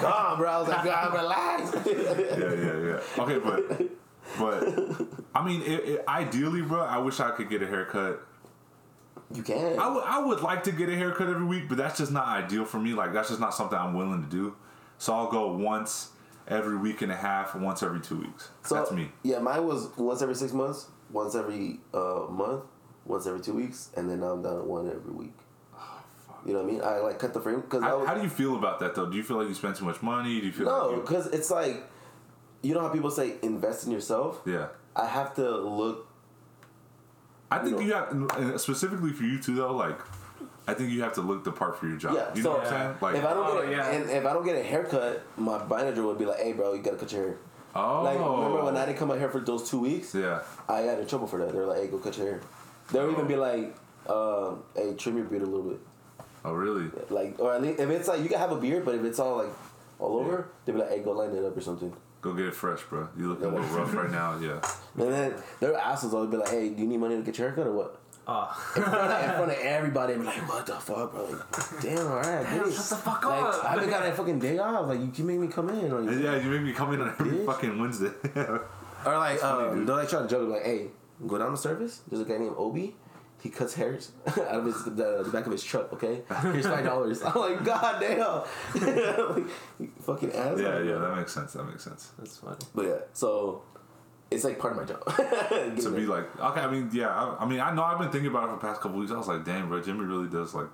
Speaker 2: Calm, bro. I was like, God, relax.
Speaker 1: yeah, yeah, yeah. Okay, but but I mean, it, it, ideally, bro, I wish I could get a haircut.
Speaker 2: you can.
Speaker 1: I would I would like to get a haircut every week, but that's just not ideal for me. Like, that's just not something I'm willing to do. So I'll go once every week and a half, once every two weeks. that's me.
Speaker 2: Yeah, mine was once every six months,
Speaker 1: Ah,
Speaker 2: once every uh, month, once every two weeks, and then now I'm down to one every week. You know what I mean? I like cut the frame because I
Speaker 1: How,
Speaker 2: was,
Speaker 1: how do you feel about that though? Do you feel like you spend too much money? Do you feel
Speaker 2: no,
Speaker 1: like
Speaker 2: because it's like you know how people say invest in yourself.
Speaker 1: you, yeah?
Speaker 2: I have to look.
Speaker 1: I think
Speaker 2: No.
Speaker 1: you got and specifically for you too though. Like, I think you have to look the part for your job.
Speaker 2: Yeah,
Speaker 1: you
Speaker 2: so
Speaker 1: know what I'm saying? Like,
Speaker 2: if I don't
Speaker 4: Oh,
Speaker 2: get a,
Speaker 4: yeah.
Speaker 2: and if I don't get a haircut, my manager would be like, "Hey, bro, you gotta cut your hair."
Speaker 1: oh,
Speaker 2: Like remember when I didn't cut my hair for those two weeks?
Speaker 1: yeah,
Speaker 2: I got in trouble for that. They're like, "Hey, go cut your hair." They'll even be like, um, "Hey, trim your beard a little bit."
Speaker 1: oh really?
Speaker 2: Like, or at least if it's like you can have a beard, but if it's all like all over,
Speaker 1: Yeah.
Speaker 2: they'll be like, "Hey, go line it up or something."
Speaker 1: Go get it fresh, bro. You look a little rough right now. Yeah,
Speaker 2: And then their asses always be like, "Hey, do you need money to get your haircut or what?"
Speaker 3: Oh,
Speaker 2: In front of, in front of everybody, be like, "What the fuck, bro?" Like, damn, all right,
Speaker 4: Damn,
Speaker 2: bitch.
Speaker 4: shut the fuck
Speaker 2: like,
Speaker 4: up.
Speaker 2: I haven't got a fucking day off. Like, you keep making me come in, or,
Speaker 1: yeah. You make me come in on every
Speaker 2: Bitch.
Speaker 1: fucking Wednesday.
Speaker 2: or like,
Speaker 1: funny,
Speaker 2: um,
Speaker 1: dude.
Speaker 2: they're like trying to joke, like, "Hey, go down the surface. There's a guy named Obi." He cuts hairs out of his, the, the back of his truck. Okay, here's five dollars. I'm like, god damn, like, you fucking ass.
Speaker 1: yeah, yeah.
Speaker 2: uh,
Speaker 1: That makes sense. That makes sense.
Speaker 3: that's funny.
Speaker 2: But yeah, so it's like part of my job.
Speaker 1: to be like, okay, I mean, yeah, I, I mean, I know I've been thinking about it for the past couple weeks. I was like, damn, bro, Jimmy really does like.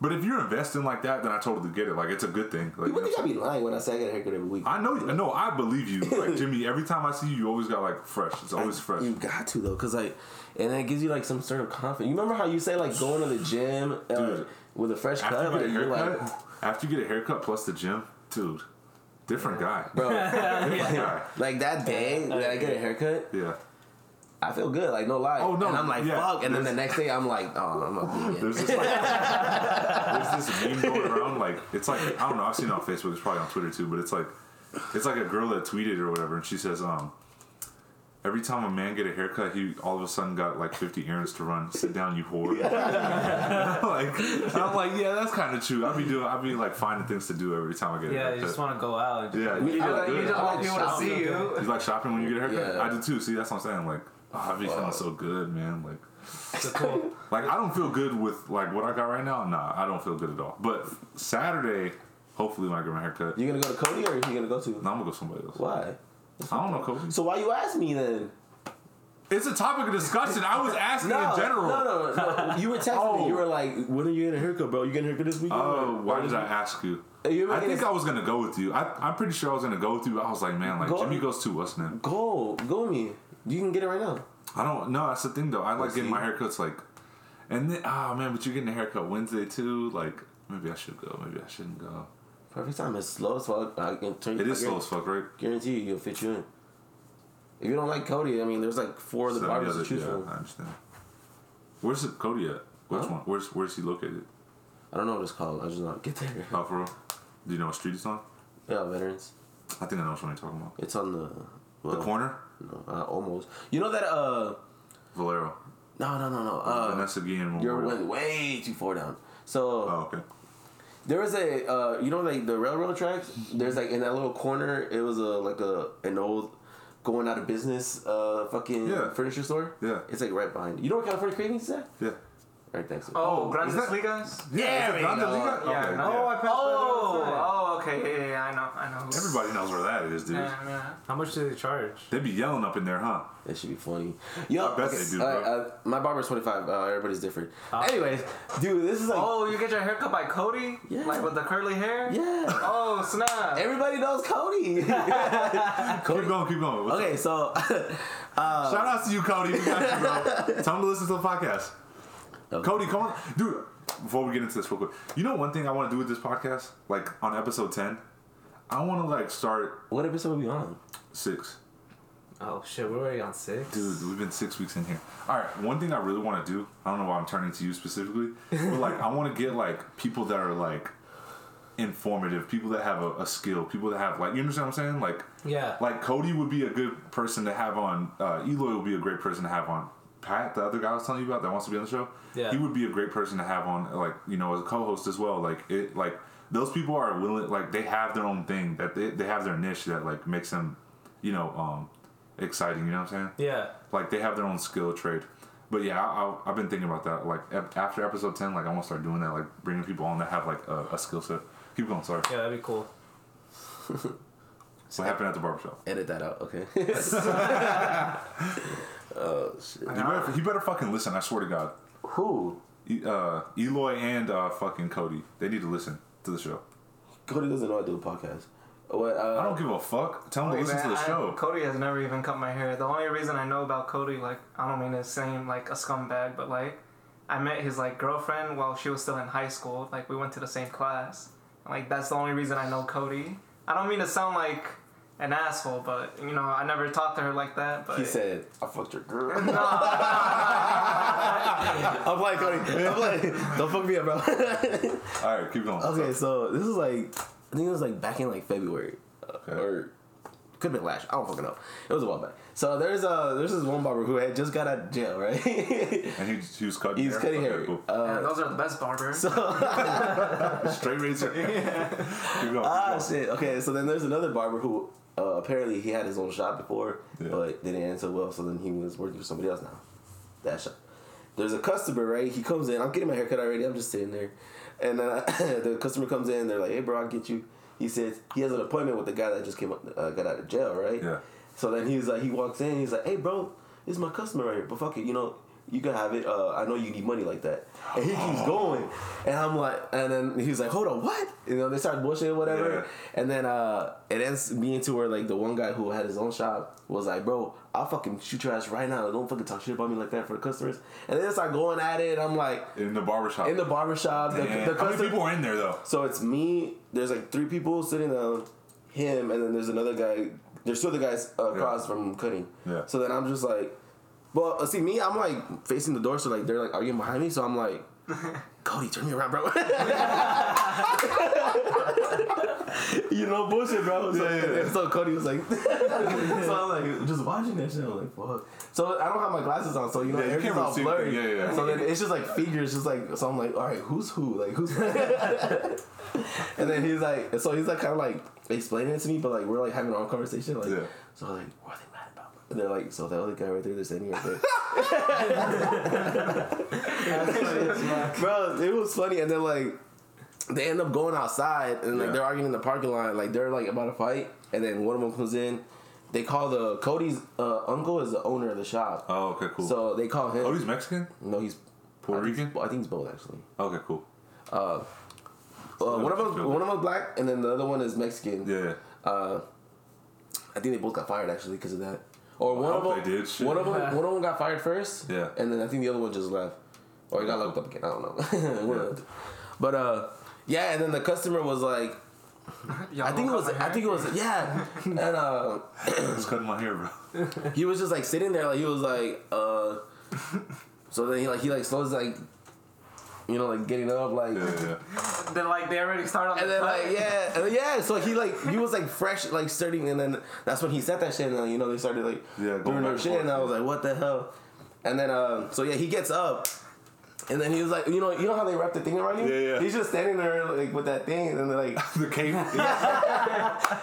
Speaker 1: But if you're investing like that, then I totally get it. Like, it's a good thing. Like,
Speaker 2: People
Speaker 1: you know
Speaker 2: think
Speaker 1: what
Speaker 2: I
Speaker 1: I'm
Speaker 2: be lying when I say I get a haircut every week.
Speaker 1: saying? I know, no, I believe you, like Jimmy. Every time I see you, you always got like fresh. It's always fresh.
Speaker 2: You got to though, cause like, and it gives you like some sort of confidence. You remember how you say like going to the gym and,
Speaker 1: Dude.
Speaker 2: like, with a fresh
Speaker 1: after
Speaker 2: cut,
Speaker 1: you
Speaker 2: like
Speaker 1: get a
Speaker 2: you're
Speaker 1: haircut,
Speaker 2: like,
Speaker 1: after you get a haircut plus the gym, dude, different guy.
Speaker 2: bro,
Speaker 1: Different guy.
Speaker 2: like that day that I get a haircut,
Speaker 1: Yeah,
Speaker 2: I feel good, like no lie.
Speaker 1: Oh, no,
Speaker 2: and I'm like
Speaker 1: yeah.
Speaker 2: fuck, and then the
Speaker 1: There's-
Speaker 2: next day I'm like, oh, I'm not vegan.
Speaker 1: there's this like, there's this meme going around. Like, it's like I don't know. I've seen it on Facebook. It's probably on Twitter too. But it's like, it's like a girl that tweeted or whatever, and she says, um. Every time a man get a haircut, he all of a sudden got like 50 errands to run. Sit down, you whore. like, I'm like, yeah, that's kind of true. I'll be doing, I'll be like finding things to do every time I get a
Speaker 3: Yeah,
Speaker 1: haircut.
Speaker 3: you just want to go out. And just,
Speaker 1: yeah, you
Speaker 4: I
Speaker 1: feel
Speaker 4: like,
Speaker 1: good.
Speaker 4: you just
Speaker 2: I
Speaker 4: want
Speaker 2: like
Speaker 4: people to
Speaker 2: shopping.
Speaker 4: see you.
Speaker 1: You like shopping when you get a haircut?
Speaker 2: Yeah.
Speaker 1: I do too. See, that's what I'm saying. Like, oh, I be feeling so good, man. Like,
Speaker 3: It's a cool.
Speaker 1: like I don't feel good with like what I got right now. Nah, I don't feel good at all. But Saturday, hopefully, when I get my haircut,
Speaker 2: You gonna go to Cody or who you gonna go to?
Speaker 1: no, I'm gonna go somebody else.
Speaker 2: Why?
Speaker 1: I don't know, Kobe.
Speaker 2: So why you ask me then?
Speaker 1: It's a topic of discussion. I was asking in general.
Speaker 2: no, no, no, You were texting me.
Speaker 1: Oh.
Speaker 2: You were like, when are you getting a haircut, bro? You getting a haircut this weekend?
Speaker 1: Oh,
Speaker 2: Or-
Speaker 1: why
Speaker 2: or
Speaker 1: did
Speaker 2: this
Speaker 1: I ask you?
Speaker 2: week- You were
Speaker 1: I
Speaker 2: getting
Speaker 1: think
Speaker 2: a-
Speaker 1: I was gonna go with you. I, I'm pretty sure I was gonna go with you. I was like, man, like
Speaker 2: Go.
Speaker 1: Jimmy goes to what's name?
Speaker 2: Go, go me. You can get it right now.
Speaker 1: I don't know. That's the thing though. I like getting
Speaker 2: see.
Speaker 1: my haircuts like, and then oh man, but you're getting a haircut Wednesday too. Like maybe I should go. Maybe I shouldn't go.
Speaker 2: Perfect time. It's slow as fuck. I can turn.
Speaker 1: It is
Speaker 2: I
Speaker 1: slow
Speaker 2: guar-
Speaker 1: as fuck, right?
Speaker 2: Guarantee you, it'll fit you in. If you don't like Cody, I mean, there's like four of the
Speaker 1: Seven
Speaker 2: barbers to
Speaker 1: others,
Speaker 2: choose
Speaker 1: yeah,
Speaker 2: from.
Speaker 1: I understand. Where's the Cody at? Which
Speaker 2: Huh?
Speaker 1: one? Where's Where's he located?
Speaker 2: I don't know what it's called. I just not get there.
Speaker 1: Oh, for real? Do you know what street it's on?
Speaker 2: yeah, veterans.
Speaker 1: I think I know which one you're talking about.
Speaker 2: It's on the. Well,
Speaker 1: The corner,
Speaker 2: No, uh, almost. You know that? uh
Speaker 1: Valero,
Speaker 2: No, no, no, no. Uh,
Speaker 1: Vanessa Guillen
Speaker 2: you
Speaker 1: Memorial.
Speaker 2: went way too far down. So.
Speaker 1: Oh, okay.
Speaker 2: There was a uh, you know like the railroad tracks. There's like in that little corner. It was a like a an old going out of business uh fucking
Speaker 1: Yeah.
Speaker 2: furniture store.
Speaker 1: Yeah.
Speaker 2: it's like right behind. You know what California Cravings is at?
Speaker 1: Yeah.
Speaker 2: Right next to it.
Speaker 4: Oh,
Speaker 1: Oh,
Speaker 4: Grandes
Speaker 1: is that-
Speaker 4: Ligas?
Speaker 1: Yeah,
Speaker 2: there
Speaker 1: is it
Speaker 2: you
Speaker 1: Grande
Speaker 2: go.
Speaker 1: Liga? Okay,
Speaker 4: Yeah, I know.
Speaker 3: Oh, I passed by there outside.
Speaker 4: Oh, oh, okay, yeah, yeah, yeah, I know, I know.
Speaker 1: Everybody knows where that is, dude.
Speaker 4: Yeah, yeah.
Speaker 3: How much do they charge?
Speaker 1: They be yelling up in there, huh?
Speaker 2: That should be funny. Yo,
Speaker 1: I bet they do,
Speaker 2: alright,
Speaker 1: bro.
Speaker 2: uh, my barber's 25. Uh, everybody's different. Anyways, dude, this is like
Speaker 4: Ah. Oh, you get your haircut by Cody?
Speaker 2: Yeah.
Speaker 4: Like with the curly hair?
Speaker 2: yeah.
Speaker 4: Oh, snap.
Speaker 2: Everybody knows Cody.
Speaker 1: Keep going, keep going. What's
Speaker 2: okay, uh, so
Speaker 1: up? Shout out to you, Cody. We got you, bro. Tell him to listen to the podcast.
Speaker 2: Okay.
Speaker 1: Cody, come on, dude. Before we get into this, real quick, you know one thing I want to do with this podcast, like on episode ten, I want to like start
Speaker 2: what episode are we on?
Speaker 1: six.
Speaker 3: Oh shit, we're already on six.
Speaker 1: Dude, we've been six weeks in here. All right, one thing I really want to do. I don't know why I'm turning to you specifically, but like I want to get like people that are like informative, people that have a, a skill, people that have like you understand what I'm saying? Like
Speaker 3: Yeah.
Speaker 1: like Cody would be a good person to have on. Uh, Eloy would be a great person to have on. Pat, the other guy I was telling you about that wants to be on the show,
Speaker 3: Yeah.
Speaker 1: he would be a great person to have on, like you know, as a co-host as well. Like it, like those people are willing, like they have their own thing that they, they have their niche that like makes them, you know, um, exciting. You know what I'm saying?
Speaker 3: yeah.
Speaker 1: Like they have their own skill trade. But yeah, I, I, I've been thinking about that. Like ep- after episode ten, like I want to start doing that, like bringing people on that have like a, a skill set. Keep going. Sorry,
Speaker 3: Yeah, that'd be cool.
Speaker 1: what happened at the barbershop?
Speaker 2: Edit that out, okay? oh shit.
Speaker 1: You better, he better fucking listen. I swear to God.
Speaker 2: Who?
Speaker 1: E- uh, Eloy and uh, fucking Cody. They need to listen to the show.
Speaker 6: Cody doesn't know I do a podcast. What? Uh,
Speaker 1: I don't give a fuck. Tell them to listen to the
Speaker 4: Oh, I-
Speaker 1: show.
Speaker 4: Cody has never even cut my hair. The only reason I know about Cody, like, I don't mean to seem like a scumbag, but like, I met his like girlfriend while she was still in high school. Like, we went to the same class. Like, that's the only reason I know Cody. I don't mean to sound like an asshole, but you know, I never talked to her like that. But
Speaker 6: he said I fucked your girl.
Speaker 2: uh, I'm like, Cody, I'm like, don't fuck me up, bro.
Speaker 1: All right, keep going.
Speaker 2: okay, so this is like, I think it was like back in like February, uh, or could have been last. I don't fucking know. It was a while back. So there's uh there's this one barber who had just got out of jail, right?
Speaker 1: And he, he was cutting
Speaker 2: He's
Speaker 1: hair?
Speaker 2: cutting
Speaker 1: Okay,
Speaker 2: hair.
Speaker 1: cool.
Speaker 4: yeah, those are the best barbers.
Speaker 1: Straight razor. Keep going.
Speaker 2: Uh, Ah shit. Okay, so then there's another barber who uh, apparently he had his own shop before,
Speaker 1: Yeah.
Speaker 2: but didn't end so well. So then he was working for somebody else now. That shop. There's a customer, right? He comes in. I'm getting my haircut already. I'm just sitting there, and uh, the customer comes in. They're like, "Hey, bro, I'll get you." He says he has an appointment with the guy that just came up, uh, got out of jail, right?
Speaker 1: Yeah.
Speaker 2: So then he's like, he walks in. He's like, "Hey, bro, this is my customer right here. But fuck it, you know, you can have it. Uh, I know you need money like that." And he keeps
Speaker 1: Oh.
Speaker 2: going, and I'm like, and then he's like, "Hold on, what?" You know, they start bullshitting, whatever whatever. And then uh, it ends being to where like the one guy who had his own shop was like, "Bro, I'll fucking shoot your ass right now. Don't fucking talk shit about me like that for the customers." And then it's like going at it. I'm like
Speaker 1: In the barbershop.
Speaker 2: in the barbershop. The,
Speaker 1: Damn.
Speaker 2: the
Speaker 1: How many
Speaker 2: customer,
Speaker 1: people were in there, though?
Speaker 2: so it's me. There's like three people sitting down, him, and then there's another guy. There's two other guys uh, across from cutting.
Speaker 1: Yeah.
Speaker 2: So then I'm just like, well, uh, see me, I'm like facing the door, so like they're like arguing behind me, so I'm like. Cody, turn me around, bro. you know, bullshit, bro. So,
Speaker 1: Yeah, yeah, yeah.
Speaker 2: so Cody was like, so I'm like, just watching that shit. I'm like, fuck. So I don't have my glasses on, so you know,
Speaker 1: Yeah, you can't
Speaker 2: everything's
Speaker 1: really
Speaker 2: all
Speaker 1: see anything.
Speaker 2: blurry.
Speaker 1: Yeah, yeah, yeah.
Speaker 2: So then it's just like figures, just like so. I'm like, all right, who's who? Like who's? and then he's like, so he's like kind of like explaining it to me, but like we're like having our own conversation. Like,
Speaker 1: Yeah.
Speaker 2: so I'm like, what are they mad about? And they're like, so that other guy right there, they're standing right there. Bro, it was funny, and then like they end up going outside and like
Speaker 1: Yeah.
Speaker 2: they're arguing in the parking lot, like they're like about to fight, and then one of them comes in. They call the Cody's uh, uncle is the owner of the shop,
Speaker 1: Oh, okay, cool. So,
Speaker 2: so they call him.
Speaker 1: oh, he's Mexican?
Speaker 2: no, he's
Speaker 1: Puerto
Speaker 2: I think he's-
Speaker 1: Rican?
Speaker 2: I think he's both actually.
Speaker 1: Okay, cool.
Speaker 2: Uh, one of
Speaker 1: that's
Speaker 2: them,
Speaker 1: good.
Speaker 2: one of them black, and then the other one is Mexican.
Speaker 1: Yeah, yeah.
Speaker 2: Uh, I think they both got fired actually because of that. Or one
Speaker 1: I
Speaker 2: of
Speaker 1: hope
Speaker 2: them,
Speaker 1: they did, shit.
Speaker 2: one of them, one of them got fired first.
Speaker 1: Yeah.
Speaker 2: and then I think the other one just left, or he got locked up again. I don't know. One of the two. But uh, yeah, and then the customer was like,
Speaker 4: Y'all
Speaker 2: I think it
Speaker 4: don't
Speaker 2: was,
Speaker 4: cut my
Speaker 2: I think it was, yeah, and uh,
Speaker 1: Just cutting my hair, bro.
Speaker 2: he was just like sitting there, like he was like, uh, so then he like he like slows like, you know, like getting up, like.
Speaker 1: Yeah, yeah,
Speaker 4: hair. Then like they already started on
Speaker 2: And
Speaker 4: the
Speaker 2: then
Speaker 4: cut.
Speaker 2: like yeah, and then, yeah. So he like he was like fresh, like starting, and then that's when he said that shit, and then you know they started like
Speaker 1: Yeah, going
Speaker 2: doing
Speaker 1: back
Speaker 2: their
Speaker 1: and
Speaker 2: shit, and I
Speaker 1: forth,
Speaker 2: was like, what the hell? And then um, so yeah, he gets up, and then he was like, you know, you know how they wrap the thing around you?
Speaker 1: Yeah, yeah.
Speaker 2: He's just standing there like with that thing, and then they're like
Speaker 1: yeah. the cape.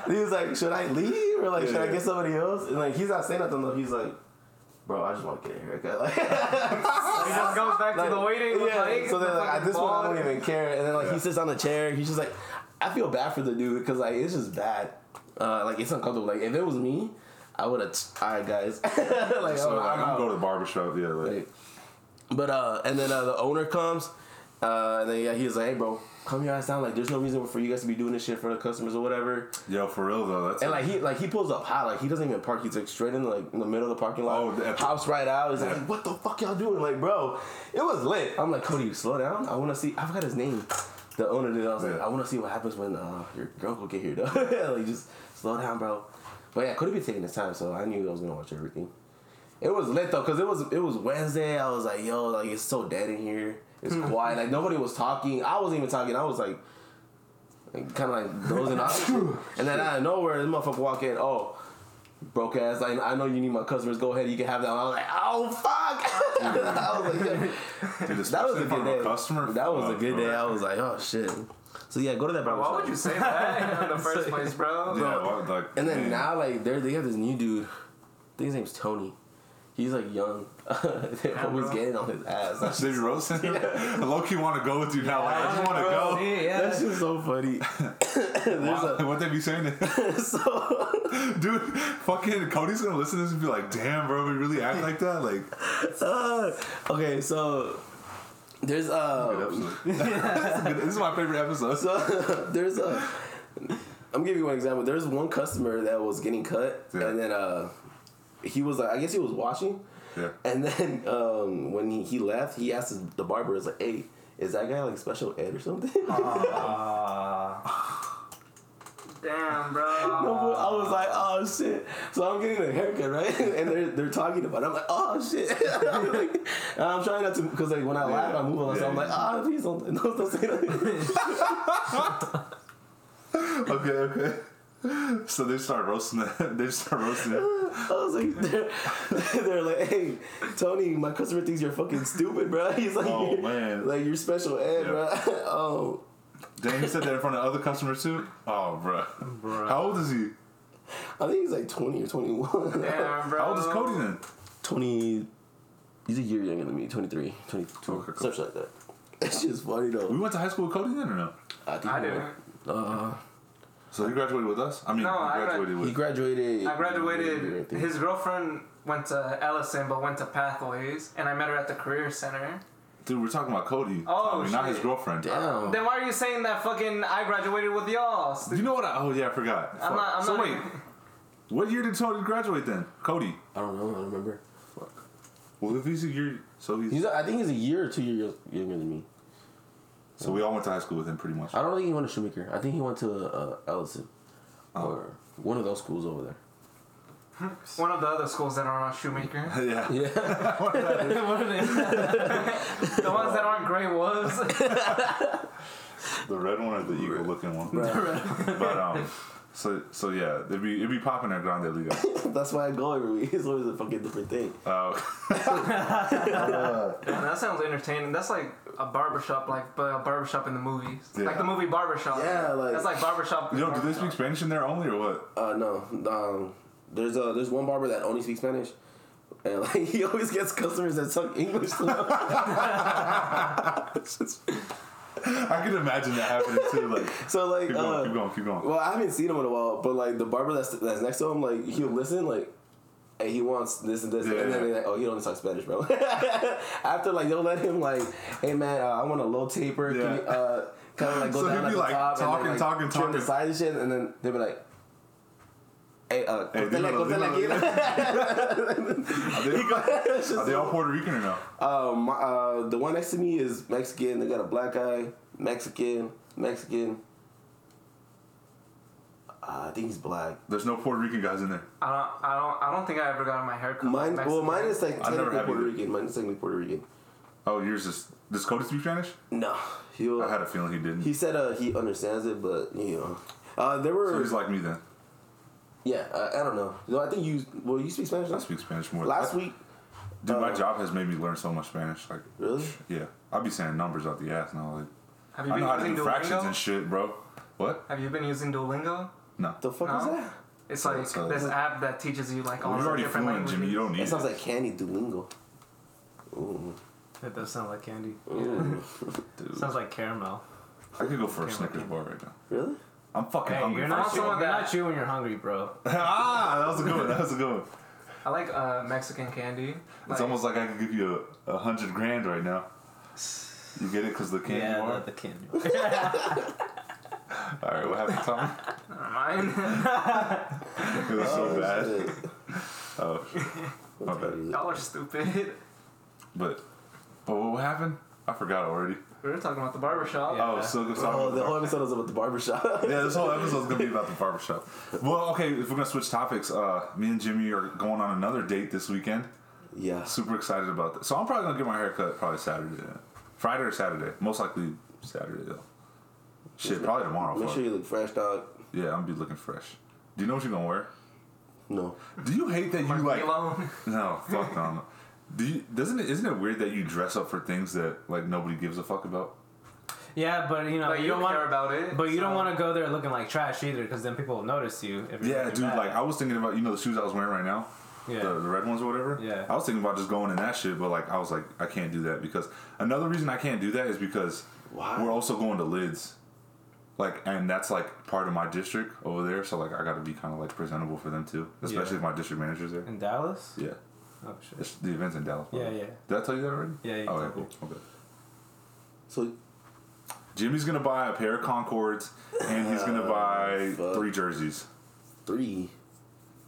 Speaker 2: he was like, should I leave or like
Speaker 1: Yeah,
Speaker 2: should I
Speaker 1: yeah.
Speaker 2: get somebody else? And like he's not saying nothing though. He's like, bro, I just want to get a haircut. Like,
Speaker 4: He just goes back to the waiting. with,
Speaker 2: yeah.
Speaker 4: like,
Speaker 2: So then
Speaker 4: the
Speaker 2: like at this point, I
Speaker 4: fucking
Speaker 2: don't even care. And then like he sits on the chair. He's just like, I feel bad for the dude because like it's just bad. Uh, like it's uncomfortable. Like if it was me, I would have. All right, guys. like,
Speaker 1: So,
Speaker 2: I'm,
Speaker 1: like,
Speaker 2: I'm
Speaker 1: I'm
Speaker 2: out.
Speaker 1: going to the barbershop. Yeah, like,
Speaker 2: Like, but uh, and then uh, the owner comes, uh, and then yeah, he's like, "Hey, bro, come your ass down. Like, there's no reason for you guys to be doing this shit for the customers or whatever."
Speaker 1: yo, for real, though. That's
Speaker 2: And like he like he pulls up high, like he doesn't even park. He's like straight in like in the middle of the parking lot.
Speaker 1: Oh, the-
Speaker 2: house right out. He's
Speaker 1: Yeah.
Speaker 2: like, what the fuck y'all doing? Like, bro, it was lit. I'm like, Cody, slow down. I want to see. I forgot his name. The owner did. I was like,
Speaker 1: Yeah.
Speaker 2: I want to see what happens when uh, your girl will get here though. like, just slow down, bro. But yeah, Cody be taking his time, so I knew I was gonna watch everything. It was lit though, cause it was it was Wednesday. I was like, yo, like it's so dead in here. It's quiet. Like nobody was talking. I wasn't even talking. I was like, like kind of like dozing off. and then out of nowhere, this motherfucker walk in. Oh, broke ass. Like I know you need my customers. Go ahead, you can have that. one." I was like, oh fuck. I was like, yeah.
Speaker 1: dude,
Speaker 2: that was
Speaker 1: especially in
Speaker 2: a good
Speaker 1: front of
Speaker 2: day.
Speaker 1: a customer.
Speaker 2: That was a
Speaker 1: fuck,
Speaker 2: good
Speaker 1: bro.
Speaker 2: day. I was like, oh shit. So yeah, go to that
Speaker 4: Oh, Bro,
Speaker 2: barber
Speaker 4: why
Speaker 2: shop.
Speaker 4: would you say that in the first place, bro?
Speaker 1: Yeah, well, like,
Speaker 2: And then
Speaker 1: man.
Speaker 2: now, like, they they have this new dude. I think his name's Tony. He's like young. They're
Speaker 4: Yeah,
Speaker 2: always
Speaker 4: bro.
Speaker 2: getting on his ass. That's
Speaker 1: Davey Rosen? I low key want to go with you now. Like, I just want to
Speaker 3: Oh,
Speaker 1: go.
Speaker 3: yeah, yeah.
Speaker 2: just so funny. There's
Speaker 1: Wow, what they be saying?
Speaker 2: a so
Speaker 1: Dude, fucking Cody's going to listen to this and be like, damn, bro, we really act like that? Like,
Speaker 2: uh, okay. So There's
Speaker 1: Good
Speaker 2: uh,
Speaker 1: episode. this is my favorite episode.
Speaker 2: so there's a. I'm giving you one example. There's one customer that was getting cut,
Speaker 1: Yeah.
Speaker 2: and then uh, he was like, I guess he was washing,
Speaker 1: yeah.
Speaker 2: and then um, when he, he left, he asked his- the barber, "Is like, hey, is that guy like special ed or something?"
Speaker 3: Uh,
Speaker 4: Damn, bro.
Speaker 2: No, but I was like,
Speaker 1: Ah.
Speaker 2: oh shit. So I'm getting a haircut, right? And they're they're talking about. it. I'm like, oh shit. I'm, like, and I'm trying not to because like when I laugh, I move on. so
Speaker 1: Yeah,
Speaker 2: I'm like,
Speaker 1: yeah.
Speaker 2: ah, please don't, no, don't say nothing.
Speaker 1: Okay, okay. So they start roasting it. They start roasting it.
Speaker 2: I was like, they're, they're like, hey, Tony, my customer thinks you're fucking stupid, bro. He's like,
Speaker 1: Oh,
Speaker 2: you're,
Speaker 1: man.
Speaker 2: like you're special ed,
Speaker 1: Yeah.
Speaker 2: bro. oh,
Speaker 1: Damn, he said that in front of other customers too? Oh, bruh.
Speaker 3: Bruh.
Speaker 1: How old is he?
Speaker 2: I think he's like 20 or 21.
Speaker 4: Damn, bro.
Speaker 1: How old is Cody then?
Speaker 2: 20. He's a year younger than me. 23, 22,
Speaker 1: Okay, cool.
Speaker 2: something like that. That's just funny
Speaker 1: We
Speaker 2: though.
Speaker 1: went to high school with Cody then or no?
Speaker 2: think
Speaker 4: I
Speaker 2: he
Speaker 4: didn't.
Speaker 2: went- Uh,
Speaker 1: So he graduated with us? I mean,
Speaker 4: No, I
Speaker 1: he
Speaker 4: grad-
Speaker 1: graduated with.
Speaker 2: he graduated.
Speaker 4: I
Speaker 2: I
Speaker 4: graduated.
Speaker 2: think.
Speaker 4: His girlfriend went to Ellison, but went to Pathways, and I met her at the Career Center.
Speaker 1: Dude, we're talking about Cody.
Speaker 4: Oh,
Speaker 1: I mean, not
Speaker 4: shit.
Speaker 1: his girlfriend.
Speaker 2: Damn.
Speaker 4: Then why are you saying that fucking I graduated with y'all? stu-
Speaker 1: You know what? I, oh yeah, I forgot. Fuck.
Speaker 4: I'm not. I'm
Speaker 1: so
Speaker 4: not
Speaker 1: wait, what year did Tony graduate then? Cody.
Speaker 2: I don't know. I don't remember.
Speaker 1: Well, if he's a year, so he's,
Speaker 2: He's, I think he's a year or two years younger than me.
Speaker 1: so we all went to high school with him pretty much.
Speaker 2: I don't think he went to Shoemaker. I think he went to uh, Ellison
Speaker 1: Oh.
Speaker 2: or one of those schools over there.
Speaker 4: One of the other schools that aren't on Shoemaker.
Speaker 1: yeah.
Speaker 2: Yeah.
Speaker 4: What are they? the ones that aren't Grey Wolves.
Speaker 1: the red one or the eagle looking one. but um, so so yeah, it'd be it'd be popping at Grande Liga.
Speaker 2: That's why I go every week. It's always a fucking different thing.
Speaker 1: Uh,
Speaker 4: Man, that sounds entertaining. That's like a barbershop, like but a barbershop in the movies,
Speaker 1: Yeah.
Speaker 4: like the movie Barbershop.
Speaker 2: Yeah, like-
Speaker 4: that's like barbershop.
Speaker 1: yo, do they speak Spanish in there only or what?
Speaker 2: Uh, no. Um, there's uh, there's one barber that only speaks Spanish, and like he always gets customers that talk English. to him.
Speaker 1: I can imagine that happening too. Like,
Speaker 2: so like,
Speaker 1: keep
Speaker 2: uh,
Speaker 1: going, keep going, keep going.
Speaker 2: well, I haven't seen him in a while, but like the barber that's that's next to him, like he'll listen, like. And he wants this and this,
Speaker 1: Yeah,
Speaker 2: and then
Speaker 1: yeah.
Speaker 2: they're like, "Oh, he don't talk Spanish, bro." After like they'll let him like, "Hey man, uh, I want a low taper."
Speaker 1: Yeah.
Speaker 2: Can you, uh, kind of like go
Speaker 1: So
Speaker 2: down
Speaker 1: he'd
Speaker 2: at
Speaker 1: be,
Speaker 2: the
Speaker 1: like,
Speaker 2: top
Speaker 1: talking,
Speaker 2: and then, like,
Speaker 1: talking,
Speaker 2: trim
Speaker 1: talking.
Speaker 2: the side and shit, and then they'll be like, "Hey, uh,
Speaker 1: Hey,
Speaker 2: cortale,
Speaker 1: dímelo,
Speaker 2: cortale
Speaker 1: dímelo,
Speaker 2: aquí."
Speaker 1: Are they, are they all Puerto Rican or no?
Speaker 2: Uh, my, uh, the one next to me is Mexican. They got a black guy, Mexican, Mexican. Uh, I think he's black.
Speaker 1: There's no Puerto Rican guys in there.
Speaker 4: I don't. I don't. I don't think I ever got my hair cut.
Speaker 2: Mine,
Speaker 4: like
Speaker 2: well,
Speaker 4: Mexican.
Speaker 2: mine is like
Speaker 1: I've never
Speaker 2: technically
Speaker 1: had
Speaker 2: Puerto
Speaker 1: either.
Speaker 2: Rican. Mine is technically Puerto Rican.
Speaker 1: Oh, yours is does Cody speak Spanish?
Speaker 2: No, he
Speaker 1: I
Speaker 2: was,
Speaker 1: had a feeling he didn't.
Speaker 2: he said uh, he understands it, but you know, uh, there
Speaker 1: so
Speaker 2: were
Speaker 1: he's like me then.
Speaker 2: yeah. Uh, I don't know. No, I think you. Well, you speak Spanish.
Speaker 1: I
Speaker 2: Now?
Speaker 1: speak Spanish more.
Speaker 2: Last week,
Speaker 1: dude, my
Speaker 2: uh,
Speaker 1: job has made me learn so much Spanish. Like,
Speaker 2: really?
Speaker 1: yeah, I'd be saying numbers out the ass now. Like,
Speaker 4: Have you
Speaker 1: I
Speaker 4: been
Speaker 1: know how to
Speaker 4: using
Speaker 1: do fractions and
Speaker 4: Duolingo?
Speaker 1: shit, bro. What?
Speaker 4: Have you been using Duolingo?
Speaker 1: No.
Speaker 2: The fuck is
Speaker 4: No.
Speaker 2: that?
Speaker 4: It's like
Speaker 1: so-
Speaker 4: this app that teaches you like all
Speaker 1: You're
Speaker 4: the
Speaker 1: already
Speaker 4: different
Speaker 1: fluent,
Speaker 4: languages.
Speaker 1: Jimmy. You don't need
Speaker 2: That
Speaker 1: it.
Speaker 2: sounds like candy Duolingo. Ooh.
Speaker 3: that does sound like candy.
Speaker 2: Ooh.
Speaker 1: Dude,
Speaker 3: Sounds like caramel.
Speaker 1: I could go for a
Speaker 3: Okay,
Speaker 1: Snickers
Speaker 3: okay.
Speaker 1: bar right now.
Speaker 2: really?
Speaker 1: I'm fucking
Speaker 3: Hey,
Speaker 1: hungry.
Speaker 3: you're
Speaker 1: for
Speaker 3: not
Speaker 1: shit.
Speaker 3: chewing,
Speaker 4: someone
Speaker 3: you're
Speaker 4: that-
Speaker 3: not chewing. You're hungry, bro.
Speaker 1: ah, that was a good one. That was a good one.
Speaker 4: I like uh, Mexican candy.
Speaker 1: It's almost like I could give you a, a hundred grand right now. You get it because the candy
Speaker 3: yeah,
Speaker 1: bar.
Speaker 3: the, the candy.
Speaker 1: All right, what happened, Tommy?
Speaker 4: Never mind.
Speaker 1: It was so bad.
Speaker 2: Shit.
Speaker 1: Oh, shit. my bad.
Speaker 4: Y'all are stupid.
Speaker 1: But, but what happened? I forgot already.
Speaker 4: We were talking about the barbershop.
Speaker 3: Yeah.
Speaker 1: Oh, so good.
Speaker 2: Oh, the whole episode was about the barbershop.
Speaker 1: Yeah, this whole episode's gonna be about the barbershop. Well, okay, if we're gonna switch topics, uh, me and Jimmy are going on another date this weekend.
Speaker 2: yeah.
Speaker 1: Super excited about that. So I'm probably gonna get my hair cut probably Saturday, then. Friday or Saturday, most likely Saturday though. Shit, probably tomorrow.
Speaker 2: Make
Speaker 1: fuck.
Speaker 2: sure you look fresh, dog.
Speaker 1: Yeah, I'm gonna be looking fresh. Do you know what you're gonna wear?
Speaker 2: No.
Speaker 1: Do you hate that you like?
Speaker 4: Alone.
Speaker 1: No, fuck no. Do you, doesn't it isn't it weird that you dress up for things that like nobody gives a fuck about?
Speaker 3: yeah, but you know
Speaker 4: But you don't
Speaker 3: want
Speaker 4: care about it.
Speaker 3: But you don't
Speaker 4: so-
Speaker 3: want to go there looking like trash either, because then people will notice you. If you're
Speaker 1: Yeah,
Speaker 3: looking
Speaker 1: dude.
Speaker 3: bad.
Speaker 1: Like I was thinking about you know the shoes I was wearing right now.
Speaker 3: yeah,
Speaker 1: the, the red ones or whatever.
Speaker 3: Yeah.
Speaker 1: I was thinking about just going in that shit, but like I was like, I can't do that because another reason I can't do that is because
Speaker 2: Why?
Speaker 1: we're also going to lids. Like and that's like part of my district over there, so like I gotta be kinda like presentable for them too. Especially
Speaker 3: Yeah.
Speaker 1: if my district manager's there.
Speaker 3: in Dallas.
Speaker 1: Yeah.
Speaker 3: Oh shit.
Speaker 1: It's the event's in Dallas. by the
Speaker 3: Yeah,
Speaker 1: way.
Speaker 3: yeah.
Speaker 1: Did I tell you that already?
Speaker 3: Yeah, you
Speaker 1: Oh,
Speaker 3: told
Speaker 1: okay,
Speaker 3: me.
Speaker 1: cool. Okay.
Speaker 2: So
Speaker 1: Jimmy's gonna buy a pair of Concords and he's
Speaker 3: Oh,
Speaker 1: gonna buy
Speaker 2: fuck.
Speaker 1: three jerseys
Speaker 2: three.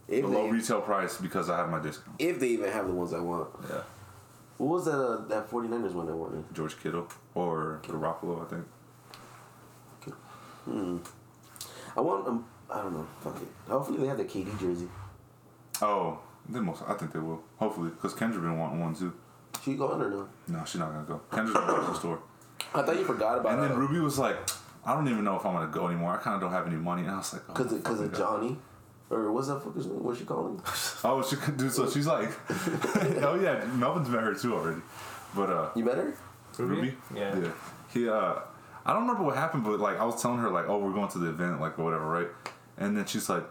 Speaker 2: If
Speaker 1: below
Speaker 2: they,
Speaker 1: retail price because I have my discount.
Speaker 2: if they even have the ones I want.
Speaker 1: Yeah,
Speaker 2: What was that uh, that 49ers one I wanted?
Speaker 1: George Kittle or Garoppolo, I think.
Speaker 2: I want um, I don't know. Fuck it. Hopefully they have the KD jersey.
Speaker 1: Oh, they most. I think they will. Hopefully, because Kendra been wanting one too.
Speaker 2: Should you go on or no?
Speaker 1: No, she's not gonna go. Kendra's gonna go to the store.
Speaker 2: I thought you forgot about uh,
Speaker 1: And
Speaker 2: it.
Speaker 1: then Ruby was like, "I don't even know if I'm gonna go anymore. I kind of don't have any money." And I was like, oh,
Speaker 2: Cause of, cause of
Speaker 1: fucking
Speaker 2: Johnny, or what's that fucker's name? What's she calling?
Speaker 1: Oh, she could do so. She's like, oh yeah, Melvin's met her too already. But uh,
Speaker 2: You met her?
Speaker 1: Ruby,
Speaker 3: Yeah.
Speaker 1: yeah, he uh, I don't remember what happened, but like I was telling her like, oh, we're going to the event, like or whatever, right? And then she's like,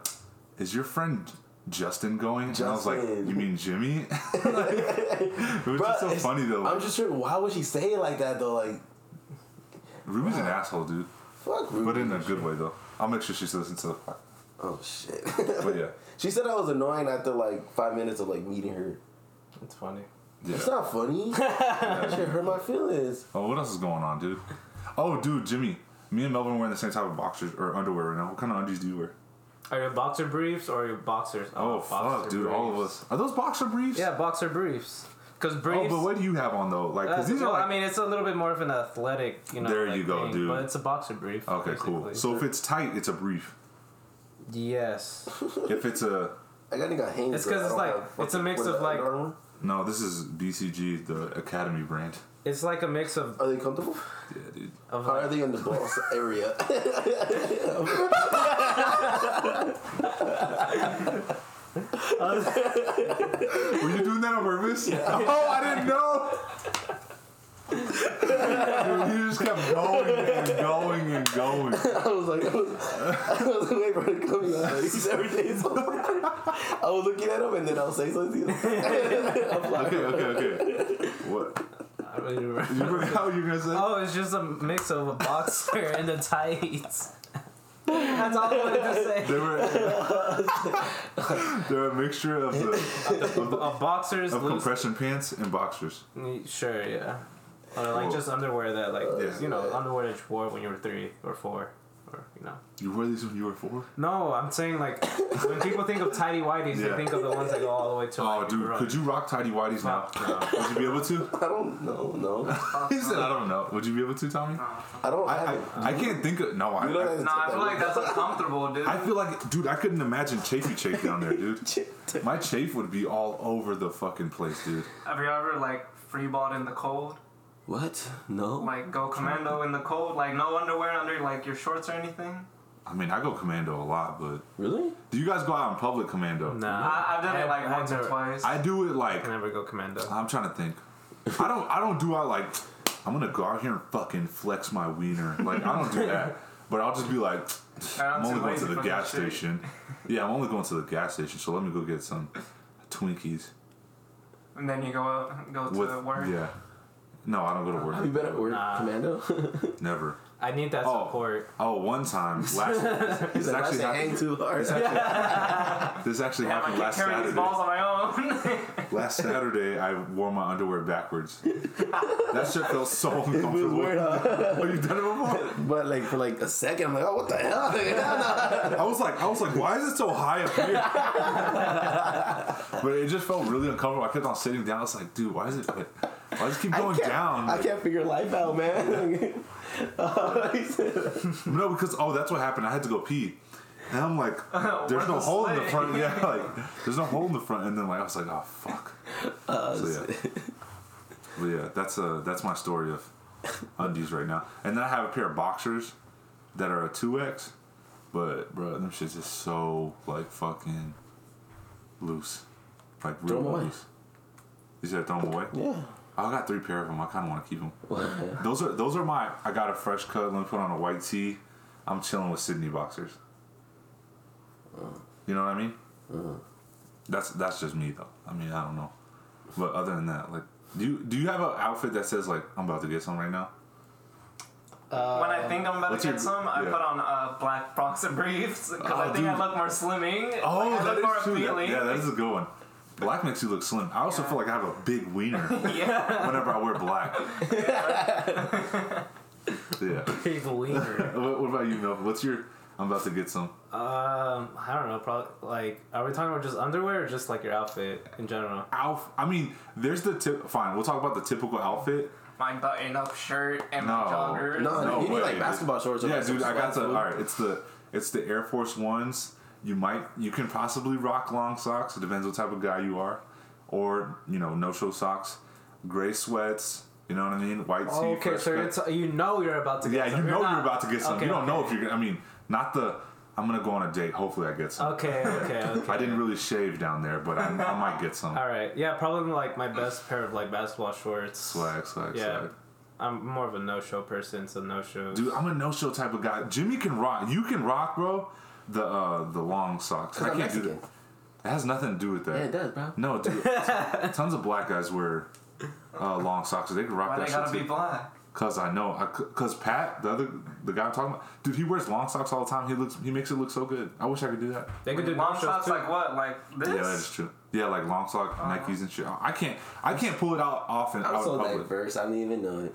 Speaker 1: is your friend Justin going? And I was like,
Speaker 2: Justin.
Speaker 1: you mean Jimmy? Like, it was just so
Speaker 2: it's-
Speaker 1: funny though.
Speaker 2: I'm just sure. Why would she say it like that though? Like
Speaker 1: Ruby's an asshole, dude,
Speaker 2: fuck. Ruby.
Speaker 1: but in a good way though. I'll make sure she's listening to the podcast.
Speaker 2: oh shit.
Speaker 1: But yeah,
Speaker 2: she said I was annoying after like five minutes of like meeting her.
Speaker 3: It's funny.
Speaker 1: yeah.
Speaker 2: It's not funny. shit hurt my feelings.
Speaker 1: Oh, what else is going on, dude? Oh, dude, Jimmy. Me and Melvin wearing the same type of boxers or underwear right now. What kind of undies do you wear?
Speaker 3: Are your boxer briefs or your boxers?
Speaker 1: Oh,
Speaker 3: boxer
Speaker 1: fuck, dude, all of
Speaker 3: briefs.
Speaker 1: us. Are those boxer briefs?
Speaker 3: Yeah, boxer briefs. Because
Speaker 1: Oh,
Speaker 3: briefs.
Speaker 1: but what do you have on though? Like,
Speaker 3: uh,
Speaker 1: cause these
Speaker 3: well,
Speaker 1: are like.
Speaker 3: I mean, it's a little bit more of an athletic, you know.
Speaker 1: There
Speaker 3: like,
Speaker 1: you go,
Speaker 3: thing,
Speaker 1: dude.
Speaker 3: But it's a boxer brief.
Speaker 1: okay, cool.
Speaker 3: basically.
Speaker 1: So if it's tight, it's a brief.
Speaker 3: yes,
Speaker 1: if it's a
Speaker 2: I got got hangs.
Speaker 3: It's 'cause
Speaker 2: bro. I
Speaker 3: it's
Speaker 2: don't
Speaker 3: like-
Speaker 2: have fucking-
Speaker 3: it's a mix
Speaker 2: what,
Speaker 3: of,
Speaker 2: the
Speaker 3: like-
Speaker 2: Under Armour?
Speaker 1: no, this is BCG, the Academy brand.
Speaker 3: it's like a mix of,
Speaker 2: Are they comfortable?
Speaker 1: Yeah, dude.
Speaker 3: of
Speaker 2: How
Speaker 3: like,
Speaker 2: are they in the boss area?
Speaker 1: Were you doing that on purpose? Oh, I didn't know. dude, you just kept going and going and going.
Speaker 2: I was like, I was, I was waiting for it to come out. Like, he's every day. So I was looking at him, and then I'll say something. I'm like,
Speaker 1: Okay, okay, okay. What?
Speaker 3: I don't really remember.
Speaker 1: You forgot what you were gonna say?
Speaker 3: Oh, it's just a mix of a boxer and the tights. That's all I wanted to say.
Speaker 1: They were they're a mixture of the
Speaker 3: A boxer's
Speaker 1: of
Speaker 3: loose.
Speaker 1: compression pants and boxers.
Speaker 3: Sure, yeah. Or like
Speaker 1: Cool.
Speaker 3: just underwear that, like,
Speaker 1: Yeah.
Speaker 3: you know, underwear that you wore when you were three or four, or you know.
Speaker 1: You wore these when you were four.
Speaker 3: No, I'm saying like when people think of tidy whities,
Speaker 1: Yeah.
Speaker 3: they think of the ones that go all the way to.
Speaker 1: Oh,
Speaker 3: like,
Speaker 1: dude,
Speaker 3: your
Speaker 1: could you rock tidy whities now?
Speaker 3: No,
Speaker 1: Would you be able to?
Speaker 2: I don't know, no.
Speaker 1: He said, "I don't know." Would you be able to, Tommy?
Speaker 2: I don't
Speaker 1: I
Speaker 2: have
Speaker 1: I,
Speaker 2: it.
Speaker 1: I can't think of. No,
Speaker 2: You don't
Speaker 1: I.
Speaker 2: have to
Speaker 4: Nah,
Speaker 2: take
Speaker 4: I feel
Speaker 2: that
Speaker 4: like that's uncomfortable, dude.
Speaker 1: I feel like, dude, I couldn't imagine chafey chafe down there, dude. My chafe would be all over the fucking place, dude.
Speaker 4: Have you ever like freeballed in the cold?
Speaker 2: What? No.
Speaker 4: Like go commando in the cold? Like no underwear under like your shorts or anything?
Speaker 1: I mean, I go commando a lot, but
Speaker 2: Really?
Speaker 1: do you guys go out in public commando?
Speaker 3: nah.
Speaker 4: I, I've done it like
Speaker 3: I
Speaker 4: once or
Speaker 3: never-
Speaker 4: twice.
Speaker 1: I do it like
Speaker 3: I never go commando.
Speaker 1: I'm trying to think. I don't. I don't do. I like. I'm gonna go out here and fucking flex my wiener. Like I don't do that. But I'll just be like, I'm only
Speaker 4: too
Speaker 1: going
Speaker 4: lazy
Speaker 1: to the
Speaker 4: for
Speaker 1: gas
Speaker 4: that shit.
Speaker 1: station. Yeah, I'm only going to the gas station. So let me go get some Twinkies
Speaker 4: and then you go out, go to
Speaker 1: with.
Speaker 4: work.
Speaker 1: Yeah. No, I don't go to
Speaker 2: Have you
Speaker 1: work.
Speaker 2: been at work,
Speaker 3: Nah.
Speaker 2: Commando?
Speaker 1: Never.
Speaker 3: I need that
Speaker 1: Oh.
Speaker 3: support.
Speaker 1: Oh, one time last. this
Speaker 2: I
Speaker 1: actually
Speaker 2: should hang
Speaker 1: happened.
Speaker 2: too hard.
Speaker 1: This actually
Speaker 4: Damn, I
Speaker 1: happened
Speaker 4: can't
Speaker 1: last
Speaker 4: carry these
Speaker 1: Saturday.
Speaker 4: balls on my own.
Speaker 1: Last Saturday, I wore my underwear backwards. that shit felt so uncomfortable.
Speaker 2: weird,
Speaker 1: oh, you done it before?
Speaker 2: But like for like a second, I'm like, oh, what the hell?
Speaker 1: I was like, I was like, why is it so high up here? but it just felt really uncomfortable. I kept on sitting down. I was like, dude, why is it? Like, why does it keep going down?
Speaker 2: I can't figure life out, man.
Speaker 1: No, because oh, that's what happened. I had to go pee, and I'm like, there's
Speaker 4: Where's
Speaker 1: no
Speaker 4: the
Speaker 1: hole in the
Speaker 4: slit?
Speaker 1: front. Yeah, like there's no hole in the front. And then like I was like, oh fuck. so yeah, but yeah, that's uh that's my story of undies right now. And then I have a pair of boxers that are a two X, but bro, them shits is so like fucking loose, like real
Speaker 2: 'em away.
Speaker 1: loose. You said throw them away.
Speaker 2: yeah.
Speaker 1: I got three pair of them. I kind of want to keep them. Those are those are my. I got a fresh cut. Let me put on a white tee. I'm chilling with Sydney boxers. You know what I mean? That's that's just me though. I mean, I don't know. But other than that, like, do you do you have an outfit that says like I'm about to get some right now?
Speaker 4: when I think I'm about
Speaker 1: what's
Speaker 4: to
Speaker 1: your-
Speaker 4: get some, I
Speaker 1: yeah.
Speaker 4: put on uh, black boxer briefs because
Speaker 1: Oh,
Speaker 4: I think
Speaker 1: dude.
Speaker 4: I look more slimming.
Speaker 1: Oh,
Speaker 4: like, I
Speaker 1: that
Speaker 4: look more
Speaker 1: is true. That-
Speaker 4: appealing.
Speaker 1: yeah, that is a good one. Black makes you look slim. I also
Speaker 4: Yeah.
Speaker 1: feel like I have a big wiener
Speaker 4: yeah.
Speaker 1: whenever I wear black. yeah.
Speaker 3: Big wiener.
Speaker 1: What, what about you, Mel? What's your? I'm about to get some.
Speaker 3: Um, I don't know. Probably like, are we talking about just underwear or just like your outfit in general?
Speaker 1: Alf. I mean, there's the tip. Fine, we'll talk about the typical outfit.
Speaker 4: My button-up shirt and my
Speaker 1: No.
Speaker 4: joggers.
Speaker 6: No,
Speaker 1: No
Speaker 6: you need
Speaker 1: way,
Speaker 6: like
Speaker 1: dude.
Speaker 6: basketball shorts. Or
Speaker 1: yeah,
Speaker 6: like,
Speaker 1: dude.
Speaker 6: some
Speaker 1: I
Speaker 6: sweats,
Speaker 1: got the.
Speaker 6: dude.
Speaker 1: All right, it's the it's the Air Force Ones. You might you can possibly rock long socks. It depends what type of guy you are, or you know, no show socks, gray sweats. You know what I mean? White tee.
Speaker 3: okay,
Speaker 1: fresh
Speaker 3: so you're
Speaker 1: cut.
Speaker 3: t- you know you're about to.
Speaker 1: yeah,
Speaker 3: get
Speaker 1: you
Speaker 3: some.
Speaker 1: know
Speaker 3: not-
Speaker 1: you're about to get some.
Speaker 3: Okay,
Speaker 1: you don't
Speaker 3: okay.
Speaker 1: know if you're. gonna I mean, not the. I'm gonna go on a date. Hopefully, I get some.
Speaker 3: Okay, okay, okay.
Speaker 1: I didn't really shave down there, but I, I might get some.
Speaker 3: All right. Yeah, probably like my best pair of like basketball shorts.
Speaker 1: Swag, swag,
Speaker 3: Yeah.
Speaker 1: swag.
Speaker 3: I'm more of a no-show person, so no-shows.
Speaker 1: Dude, I'm a no-show type of guy. Jimmy can rock. You can rock, bro. The uh, the long socks. I
Speaker 6: I'm
Speaker 1: can't do that.
Speaker 6: Mexican.
Speaker 1: It has nothing to do with that.
Speaker 6: Yeah, it does, bro.
Speaker 1: No, dude. tons of black guys wear uh, long socks. They can rock
Speaker 4: Why
Speaker 1: that
Speaker 4: they
Speaker 1: shit
Speaker 4: gotta
Speaker 1: too.
Speaker 4: be black?
Speaker 1: Cause I know, I, cou- cause Pat, the other, the guy I'm talking about, dude, he wears long socks all the time. He looks, he makes it look so good. I wish I could do that.
Speaker 3: they could do
Speaker 4: Long
Speaker 3: no-shows
Speaker 4: socks
Speaker 3: too.
Speaker 4: like what? Like this?
Speaker 1: Yeah, that is true. Yeah, like long sock
Speaker 4: Uh-huh.
Speaker 1: Nikes and shit. I can't, I can't pull it out often
Speaker 6: I'm
Speaker 1: out in
Speaker 6: so
Speaker 1: public.
Speaker 6: diverse. I didn't even know it.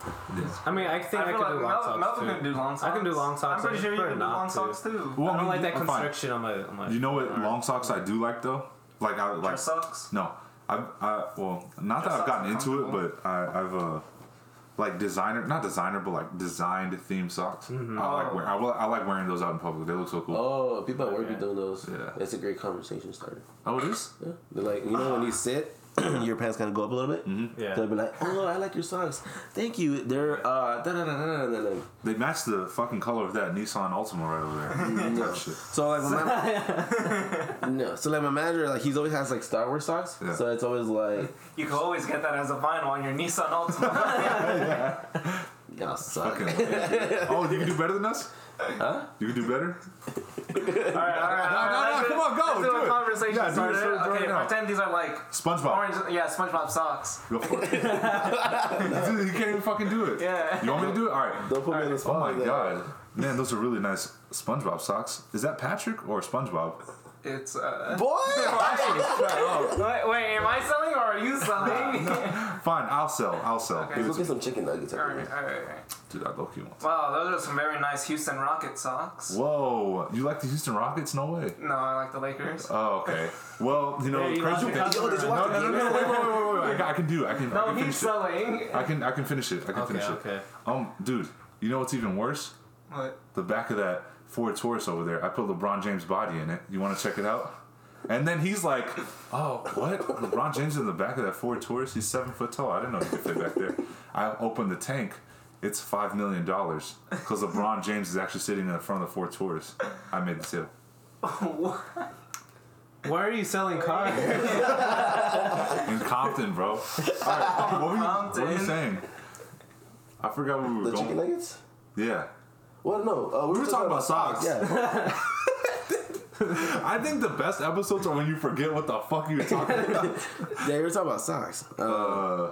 Speaker 3: I mean, I think I, could do long
Speaker 4: Mel-
Speaker 3: socks
Speaker 4: Melvin
Speaker 3: too.
Speaker 4: can do long socks.
Speaker 3: I can do long socks.
Speaker 4: I'm pretty
Speaker 3: I
Speaker 4: sure you
Speaker 3: prefer
Speaker 4: can do
Speaker 3: not
Speaker 4: long
Speaker 3: to.
Speaker 4: socks too.
Speaker 1: Well,
Speaker 3: I don't
Speaker 1: mean,
Speaker 3: like that
Speaker 1: I'm fine.
Speaker 3: constriction on my, on my.
Speaker 1: You know what? Long socks I do like though. Like I like
Speaker 4: Dress socks.
Speaker 1: No, I've I, well, not that
Speaker 4: Dress
Speaker 1: I've gotten
Speaker 4: socks are
Speaker 1: into it, but I, I've uh, like designer, not designer, but like designed theme socks. I like wear, I, will- I like wearing those out in public. They look so cool.
Speaker 6: Oh, people at work be
Speaker 3: Okay.
Speaker 6: doing those.
Speaker 1: Yeah.
Speaker 6: That's a great conversation starter.
Speaker 1: Oh, it is.
Speaker 6: Yeah. They're like, you know, when
Speaker 1: Ah.
Speaker 6: you sit, your pants kind of go up a little bit.
Speaker 1: Mm-hmm.
Speaker 3: Yeah.
Speaker 6: They'll be like, oh, I like your socks. Thank you. They're, uh, da da da da da da.
Speaker 1: They match the fucking color of that Nissan Altima right over there.
Speaker 6: No.
Speaker 1: Shit.
Speaker 6: So like my man- no. So like my manager, like he's always has like Star Wars socks.
Speaker 1: Yeah.
Speaker 6: So it's always like
Speaker 4: You can always get that as a vinyl on your Nissan Altima.
Speaker 6: y'all suck.
Speaker 1: Fucking- oh, you can do better than us.
Speaker 6: Huh?
Speaker 1: You can do better.
Speaker 4: all right, all right. all
Speaker 1: no,
Speaker 4: right,
Speaker 1: no,
Speaker 4: let's do-
Speaker 1: come on, go,
Speaker 4: Let's do
Speaker 1: do
Speaker 4: a
Speaker 1: it.
Speaker 4: conversation
Speaker 1: Yeah, do it,
Speaker 4: starter.
Speaker 1: do it, do it
Speaker 4: okay,
Speaker 1: now. Oh.
Speaker 4: pretend these are like
Speaker 1: SpongeBob,
Speaker 4: orange. Yeah, SpongeBob socks.
Speaker 1: go for it. Dude, you can't even fucking do it.
Speaker 4: Yeah.
Speaker 1: You want me to do it? All right.
Speaker 6: Don't put me in the
Speaker 1: Oh
Speaker 6: spot.
Speaker 1: my
Speaker 6: like that.
Speaker 1: god, man, those are really nice SpongeBob socks. Is that Patrick or SpongeBob?
Speaker 4: It's uh.
Speaker 6: Boy,
Speaker 4: Wait, wait, am I selling or are you selling?
Speaker 1: Fine, I'll sell. I'll sell.
Speaker 4: Okay.
Speaker 1: Give it
Speaker 6: let's
Speaker 1: to
Speaker 6: get
Speaker 1: me.
Speaker 6: some chicken nuggets.
Speaker 4: all
Speaker 6: Over
Speaker 4: right,
Speaker 6: here.
Speaker 4: all right, all right.
Speaker 1: Dude, I low key want.
Speaker 4: Wow, those are some very nice Houston Rocket socks.
Speaker 1: Whoa, you like the Houston Rockets? No way.
Speaker 4: No, I like the Lakers.
Speaker 1: Oh, okay. Well, you know,
Speaker 3: Yeah, you
Speaker 1: Oh, crazy
Speaker 3: like
Speaker 1: thing.
Speaker 3: the
Speaker 6: Yo, did you
Speaker 1: No,
Speaker 6: watch
Speaker 1: no, no,
Speaker 6: the game?
Speaker 1: no, wait, wait, wait, wait, wait. I, can- I can do. it. I can. I
Speaker 4: No,
Speaker 1: can
Speaker 4: he's
Speaker 1: finish it.
Speaker 4: selling.
Speaker 1: I can. I can finish it. I can
Speaker 3: Okay,
Speaker 1: finish
Speaker 3: okay.
Speaker 1: it. Um, dude, you know what's even worse?
Speaker 4: What?
Speaker 1: The back of that Ford Taurus over there. I put LeBron James' body in it. You want to check it out? And then he's like, "Oh, what? LeBron James in the back of that Ford Taurus? He's seven foot tall. I didn't know he could fit back there." I opened the tank. It's five million dollars because LeBron James is actually sitting in the front of the Ford Taurus. I made the sale.
Speaker 3: Why are you selling cars?
Speaker 1: In Compton, bro. All right, what, were you, what were you
Speaker 4: Compton.
Speaker 1: saying? I forgot where we
Speaker 6: The
Speaker 1: were
Speaker 6: chicken
Speaker 1: going.
Speaker 6: nuggets?
Speaker 1: Yeah.
Speaker 6: Well, no. Uh, we,
Speaker 1: were talking about socks.
Speaker 6: Yeah.
Speaker 1: I think the best episodes are when you forget what the fuck you were talking about.
Speaker 6: yeah, we were talking about socks. Uh,
Speaker 1: Uh,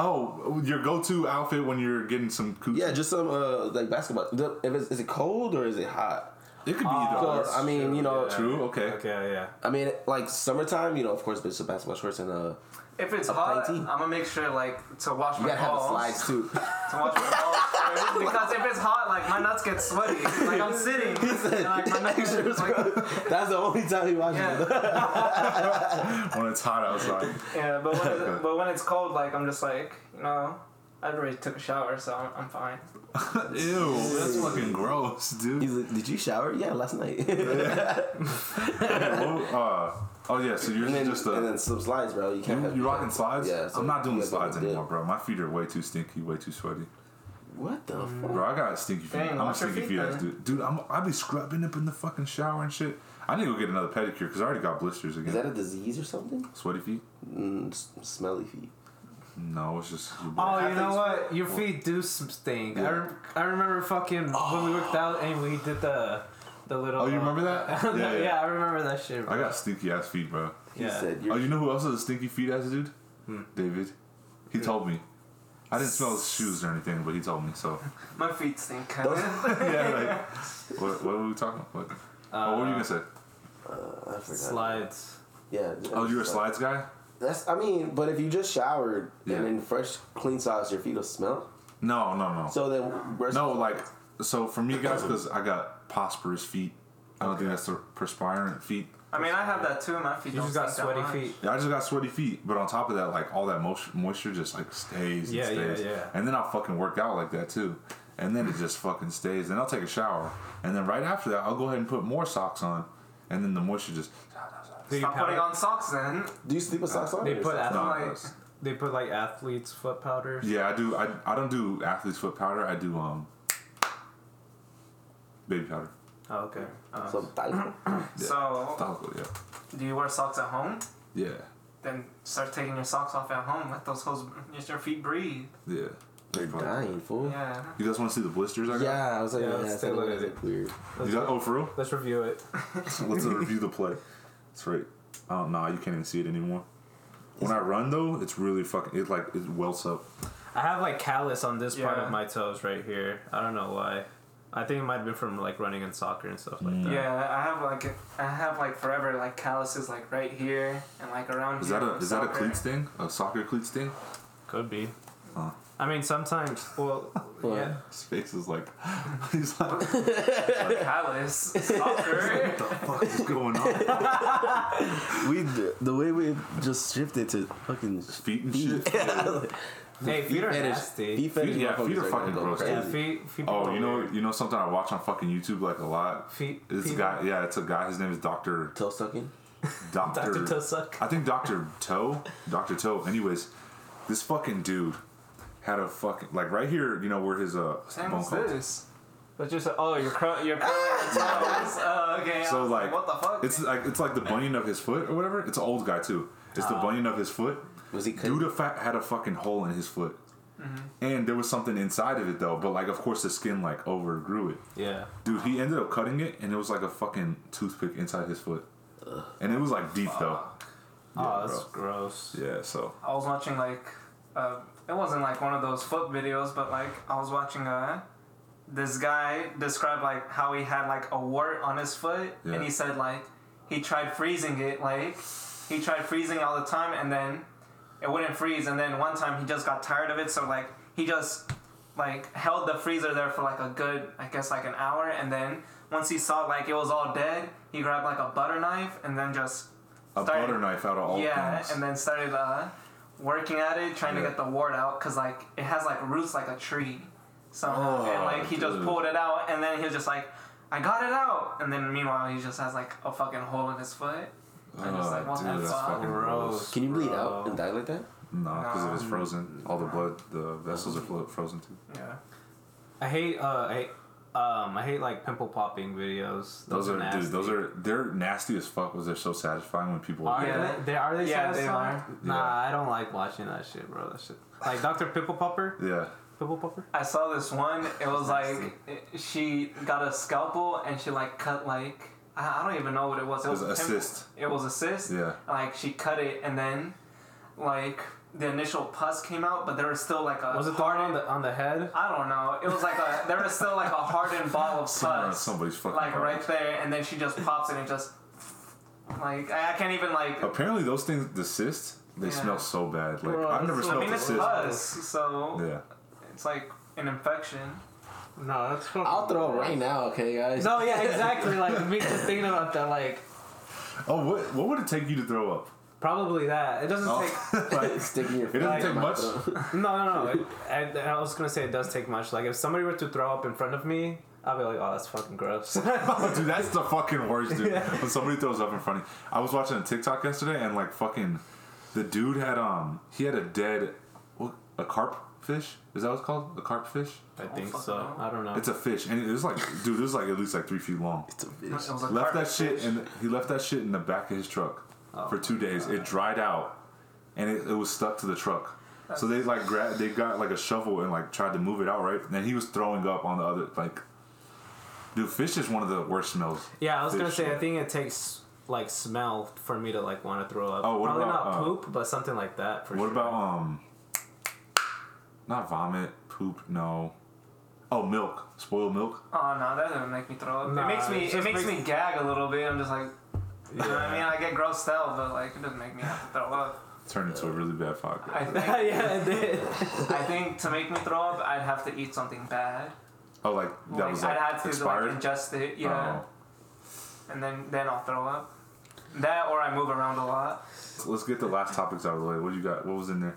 Speaker 1: oh, your go to outfit when you're getting some coochie.
Speaker 6: yeah, just some uh, like basketball. The- If it's, is it cold or is it hot?
Speaker 1: It could be
Speaker 6: So,
Speaker 4: Uh,
Speaker 1: either.
Speaker 6: I mean, you know,
Speaker 3: yeah.
Speaker 1: True, okay.
Speaker 3: okay, yeah.
Speaker 6: I mean, like summertime, you know, of course, it's just basketball shorts and uh,
Speaker 4: If it's
Speaker 6: A
Speaker 4: hot,
Speaker 6: pinty?
Speaker 4: I'm gonna make sure like to wash
Speaker 6: you
Speaker 4: my
Speaker 6: gotta have
Speaker 1: oh.
Speaker 6: the
Speaker 4: balls.
Speaker 6: slides too.
Speaker 4: to wash my balls first, because if it's hot, like my nuts get sweaty. Like I'm sitting, and, like my nuts are like,
Speaker 6: That's the only time you watch it.
Speaker 4: yeah,
Speaker 1: When it's hot outside.
Speaker 4: yeah. But when it,
Speaker 3: oh,
Speaker 4: but when it's cold, like I'm just like you know, I already took a shower, so I'm, I'm fine.
Speaker 1: Ew, that's fucking gross, dude.
Speaker 6: He's like, did you shower? Yeah, last night.
Speaker 1: Oh, uh, oh, yeah, so you're
Speaker 6: and then,
Speaker 1: just a.
Speaker 6: and then some slides, bro. You can't.
Speaker 1: you,
Speaker 6: have
Speaker 1: you rocking slides?
Speaker 6: Yeah, so
Speaker 1: I'm not doing
Speaker 6: you
Speaker 1: the
Speaker 6: gotta go
Speaker 1: slides
Speaker 6: with the
Speaker 1: anymore, bro. My feet are way too stinky, way too sweaty.
Speaker 6: What the fuck?
Speaker 1: Bro, I got stinky feet.
Speaker 4: Dang,
Speaker 1: I'm a
Speaker 4: wash your
Speaker 1: stinky
Speaker 4: feet
Speaker 1: feet ass
Speaker 4: then.
Speaker 1: dude. Dude, I'm, I be scrubbing up in the fucking shower and shit. I need to go get another pedicure because I already got blisters again.
Speaker 6: Is that a disease or something?
Speaker 1: Sweaty feet?
Speaker 6: Mm, s- smelly feet.
Speaker 1: No, it's just.
Speaker 3: Oh, you know
Speaker 4: Athletes-
Speaker 3: what? Your feet do some thing. I, rem- I remember fucking when we worked out and we did the the little. uh,
Speaker 1: oh, you remember that?
Speaker 3: yeah, I remember that shit.
Speaker 1: I
Speaker 3: Bro.
Speaker 1: got stinky ass feet, bro.
Speaker 6: He
Speaker 3: Yeah.
Speaker 6: said,
Speaker 1: Oh,
Speaker 6: "You're
Speaker 1: you know who else is a stinky feet ass dude? David. He told me. I didn't smell his shoes or anything, but he told me. So
Speaker 4: My feet stink.
Speaker 1: yeah, Oh, like what, what were we talking about? What, oh, what were you gonna say?
Speaker 6: I forgot.
Speaker 3: uh, Slides.
Speaker 2: Yeah.
Speaker 1: Oh, you're a
Speaker 2: Like,
Speaker 1: slides guy?
Speaker 2: That's. I mean, but if you just showered
Speaker 1: Yeah.
Speaker 2: and then fresh, clean socks, your feet will smell.
Speaker 1: No, no, no.
Speaker 2: So then, where's-
Speaker 1: No, like so for me, guys, because I got prosperous feet. I don't think that's the perspirant feet.
Speaker 4: I mean, I have that too. My feet.
Speaker 3: You
Speaker 4: don't
Speaker 3: just got
Speaker 4: stink that
Speaker 3: sweaty
Speaker 4: much.
Speaker 3: feet.
Speaker 1: Yeah, I just got sweaty feet, but on top of that, like all that moisture, moisture just like stays and
Speaker 3: Yeah, yeah,
Speaker 1: stays.
Speaker 3: yeah.
Speaker 1: And then I'll fucking work out like that too, and then it just fucking stays. Then I'll take a shower, and then right after that, I'll go ahead and put more socks on, and then the moisture just.
Speaker 3: Do you
Speaker 4: Stop putting
Speaker 3: powder-
Speaker 4: on socks then.
Speaker 2: do you sleep with socks on?
Speaker 3: They
Speaker 2: or
Speaker 3: put
Speaker 2: socks-
Speaker 1: No,
Speaker 3: athletes.
Speaker 1: no,
Speaker 4: like-
Speaker 1: it's-
Speaker 3: They put like athletes foot powder.
Speaker 1: yeah, I do. I, I don't do athlete's foot powder. I do um baby powder.
Speaker 3: Oh, okay. Uh,
Speaker 2: some thigh-
Speaker 4: So,
Speaker 1: Topical, yeah,
Speaker 4: do you wear socks at home?
Speaker 1: yeah,
Speaker 4: Then start taking your socks off at home. Let those holes, let your feet breathe.
Speaker 1: yeah.
Speaker 2: They're dying, fool. Yeah,
Speaker 4: Yeah.
Speaker 1: You guys want to see the blisters I got?
Speaker 2: I was like,
Speaker 3: Yeah,
Speaker 2: yeah,
Speaker 3: let's
Speaker 2: that's
Speaker 3: take a look at
Speaker 2: like
Speaker 3: it.
Speaker 2: weird.
Speaker 1: You got, oh, for real?
Speaker 3: Let's review it.
Speaker 1: Let's review the play. That's right. Oh no, you can't even see it anymore. When I run though, it's really fucking. It like it welts up.
Speaker 3: I have like callus on this part
Speaker 4: Yeah.
Speaker 3: of my toes right here. I don't know why. I think it might have been from like running in soccer and stuff like
Speaker 4: Mm.
Speaker 3: that.
Speaker 4: Yeah, I have like I have like forever like calluses like right here and like around
Speaker 1: Is
Speaker 4: here.
Speaker 1: that a
Speaker 4: from
Speaker 1: is that a
Speaker 4: soccer.
Speaker 1: cleats thing? A soccer cleats thing?
Speaker 3: Could be.
Speaker 1: Huh.
Speaker 3: I mean, sometimes. Well, yeah.
Speaker 1: His face is like, he's like, what
Speaker 4: A callus? Soccer?
Speaker 1: the fuck is going on?
Speaker 6: We the way we just shifted to fucking
Speaker 1: Feet and shit. Yeah.
Speaker 3: Hey, feet are
Speaker 6: fetish-
Speaker 3: nasty.
Speaker 6: feet fetish.
Speaker 1: yeah, feet are
Speaker 6: motherfuckers
Speaker 1: fucking
Speaker 6: gonna go
Speaker 1: gross,
Speaker 6: crazy.
Speaker 3: yeah, feet. Feet.
Speaker 1: Oh,
Speaker 3: people
Speaker 1: you know,
Speaker 3: weird.
Speaker 1: you know something I watch on fucking YouTube like a lot.
Speaker 3: Feet.
Speaker 1: It's a
Speaker 3: people-
Speaker 1: guy. Yeah, it's a guy. His name is Doctor
Speaker 6: Toe sucking.
Speaker 1: Doctor.
Speaker 3: Dr. Tussuck.
Speaker 1: I think Dr. Toe, Dr. Toe, anyways, this fucking dude had a fucking, like right here, you know, where his uh,
Speaker 4: Sam,
Speaker 1: bone
Speaker 4: what's
Speaker 1: cold.
Speaker 4: this?
Speaker 3: But just oh, you're cr- you're.
Speaker 4: Oh, okay. I
Speaker 1: So,
Speaker 4: was
Speaker 1: like,
Speaker 4: what the fuck?
Speaker 1: It's like, it's like the bunion of his foot or whatever. It's an old guy too. It's
Speaker 4: Oh.
Speaker 1: the bunion of his foot.
Speaker 6: Was he cut?
Speaker 1: Dude a fa- had a fucking hole in his foot.
Speaker 4: Mm-hmm.
Speaker 1: And there was something inside of it though, but like of course the skin like overgrew it.
Speaker 3: yeah.
Speaker 1: Dude, he ended up cutting it and it was like a fucking toothpick inside his foot. And it was like deep though.
Speaker 3: Oh, that's gross.
Speaker 1: Yeah, so
Speaker 4: I was watching like uh, it wasn't like one of those foot videos, but like I was watching uh this guy describe like how he had like a wart on his foot,
Speaker 1: Yeah.
Speaker 4: and he said like he tried freezing it, like he tried freezing all the time, and then it wouldn't freeze, and then one time he just got tired of it, so like he just like held the freezer there for like a good I guess like an hour, and then once he saw like it was all dead, he grabbed like a butter knife and then just
Speaker 1: a
Speaker 4: Sorry.
Speaker 1: butter knife out of all
Speaker 4: yeah,
Speaker 1: things.
Speaker 4: and then started uh, working at it, trying
Speaker 1: Yeah.
Speaker 4: to get the wart out, cause like it has like roots like a tree. So and like he just
Speaker 1: Oh, dude.
Speaker 4: pulled it out, and then he was just like, "I got it out," and then meanwhile he just has like a fucking hole in his foot. I'm just like,
Speaker 1: Oh,
Speaker 4: what
Speaker 1: dude,
Speaker 4: the
Speaker 1: that's
Speaker 4: fuck?
Speaker 1: fucking gross.
Speaker 3: Gross.
Speaker 6: Can you bleed out
Speaker 3: Bro.
Speaker 6: and die like that?
Speaker 1: No, because it was
Speaker 4: No.
Speaker 1: frozen. All the blood, the vessels are flo- frozen too.
Speaker 4: Yeah.
Speaker 3: I hate. Uh, I. hate- Um, I hate like pimple popping videos.
Speaker 1: Those, are,
Speaker 3: nasty.
Speaker 1: dude. Those are they're nasty as fuck. Was they're so satisfying when people.
Speaker 3: Are
Speaker 4: Yeah.
Speaker 3: they? they? Are they?
Speaker 4: Yeah, they
Speaker 3: satisfying?
Speaker 4: are.
Speaker 3: Nah,
Speaker 1: Yeah.
Speaker 3: I don't like watching that shit, bro. That shit. Like Dr. Pimple Popper.
Speaker 1: yeah.
Speaker 3: Pimple Popper.
Speaker 4: I saw this one. It was
Speaker 3: Nasty.
Speaker 4: like it- she got a scalpel and she like cut like I, I don't even know what it was. It
Speaker 1: was
Speaker 4: was, a pimple.
Speaker 1: assist.
Speaker 4: It was assist.
Speaker 1: Yeah.
Speaker 4: Like she cut it and then like the initial pus came out, but there was still like a
Speaker 3: Was it the one on
Speaker 4: hardened.
Speaker 3: the on the head?
Speaker 4: I don't know. It was like a there was still like a hardened ball of
Speaker 1: Somewhere in
Speaker 4: pus
Speaker 1: somebody's fucking.
Speaker 4: like
Speaker 1: body.
Speaker 4: right there, and then she just pops it and just like I, I can't even like.
Speaker 1: Apparently, those things, the cysts, they
Speaker 4: Yeah.
Speaker 1: smell so bad. Like
Speaker 3: Bro,
Speaker 1: I've never
Speaker 3: it's
Speaker 4: I
Speaker 1: smelled
Speaker 4: mean
Speaker 1: a
Speaker 4: it's
Speaker 1: cyst.
Speaker 4: pus, so
Speaker 1: Yeah.
Speaker 4: it's like an infection.
Speaker 3: No, that's fucking.
Speaker 6: I'll throw it right now, okay, guys.
Speaker 3: No, yeah, exactly. Like me just thinking about that, like
Speaker 1: Oh, what what would it take you to throw up?
Speaker 3: probably that. It doesn't
Speaker 1: Oh, like,
Speaker 6: Sticking your
Speaker 1: it doesn't
Speaker 6: flag
Speaker 1: take
Speaker 6: in my
Speaker 1: much.
Speaker 6: throat.
Speaker 3: take. No, no, no. It, I, I was gonna say it does take much. Like if somebody were to throw up in front of me, I'll be like, oh, that's fucking gross.
Speaker 1: dude, that's the fucking worst, dude. When somebody throws up in front of you. I was watching a TikTok yesterday and like fucking the dude had um he had a dead what a carp fish? Is that what it's called? A carp fish?
Speaker 3: I think
Speaker 4: fuck
Speaker 3: so.
Speaker 4: no.
Speaker 3: I don't know.
Speaker 1: Oh, It's a fish. And it was like dude, it was like at least like three feet long.
Speaker 6: It's a
Speaker 4: It
Speaker 6: bitch.
Speaker 4: was a
Speaker 1: left that
Speaker 4: carpet
Speaker 1: shit
Speaker 4: fish.
Speaker 1: and he left that shit in the back of his truck
Speaker 4: Oh,
Speaker 1: for two days. It dried out and it, it was stuck to the truck. So they like grabbed, they got like a shovel and like tried to move it out, right? And then he was throwing up on the other like. Dude, fish is one of the worst smells.
Speaker 3: yeah, I was gonna
Speaker 1: fish,
Speaker 3: say. I
Speaker 1: yeah.
Speaker 3: think it takes like smell for me to like want to throw up.
Speaker 1: Oh, what
Speaker 3: probably
Speaker 1: about,
Speaker 3: not
Speaker 1: uh,
Speaker 3: poop, but something like that. For
Speaker 1: What
Speaker 3: sure.
Speaker 1: about um? Not vomit, poop, no. Oh, milk, spoiled milk.
Speaker 4: Oh no, that doesn't make me throw up.
Speaker 3: Nah,
Speaker 4: it makes me
Speaker 3: it
Speaker 4: it
Speaker 3: just
Speaker 4: makes,
Speaker 3: makes-
Speaker 4: me gag a little bit. I'm just like You know what I mean? I get grossed out, but like it doesn't make me have to throw up.
Speaker 1: Turned into a really bad podcast.
Speaker 4: I think,
Speaker 3: yeah, it did.
Speaker 4: I think to make me throw up, I'd have to eat something bad.
Speaker 1: Oh, like that
Speaker 4: like,
Speaker 1: was like
Speaker 4: I'd have to
Speaker 1: expired.
Speaker 4: like ingest it, yeah,
Speaker 3: Oh.
Speaker 4: and then then I'll throw up. That or I move around a lot.
Speaker 1: Oh. Let's get the last topics out of the way. What you got? What was in there?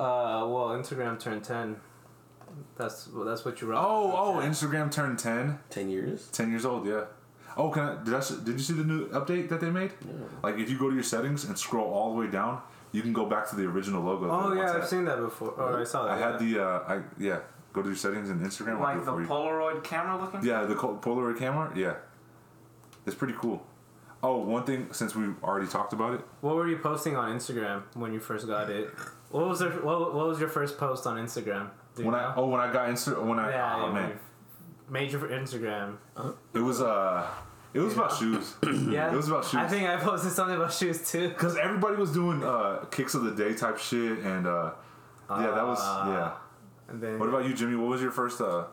Speaker 3: Uh, well, Instagram turned ten. That's well, that's what you wrote.
Speaker 1: Oh, oh, Instagram turned 10.
Speaker 6: Ten years.
Speaker 1: 10 years old, yeah. Oh, can I, did, I, did you see the new update that they made? Like, if you go to your settings and scroll all the way down, you can go back to the original logo.
Speaker 3: Oh
Speaker 1: What's
Speaker 3: yeah,
Speaker 1: that?
Speaker 3: I've seen that before. Oh, I saw that.
Speaker 1: I had the, uh, I yeah, go to your settings in Instagram. I'll do
Speaker 4: Like
Speaker 1: it
Speaker 4: the
Speaker 1: for you.
Speaker 4: Polaroid camera looking.
Speaker 1: Yeah, the Col- Polaroid camera. Yeah, it's pretty cool. Oh, one thing since we already talked about it,
Speaker 3: What were you posting on Instagram when you first got it? What was their, what, what was your first post on Instagram? Do you
Speaker 1: when I
Speaker 3: know?
Speaker 1: oh when I got Insta when I
Speaker 3: yeah,
Speaker 1: oh
Speaker 3: yeah,
Speaker 1: man
Speaker 3: when you made your Instagram.
Speaker 1: it was uh it was about shoes
Speaker 3: Yeah,
Speaker 1: it was about shoes
Speaker 3: I think I posted something about shoes too.
Speaker 1: because everybody was doing uh kicks of the day type shit and uh yeah that was yeah.
Speaker 3: Ah. And then
Speaker 1: What about you, Jimmy? What was your first uh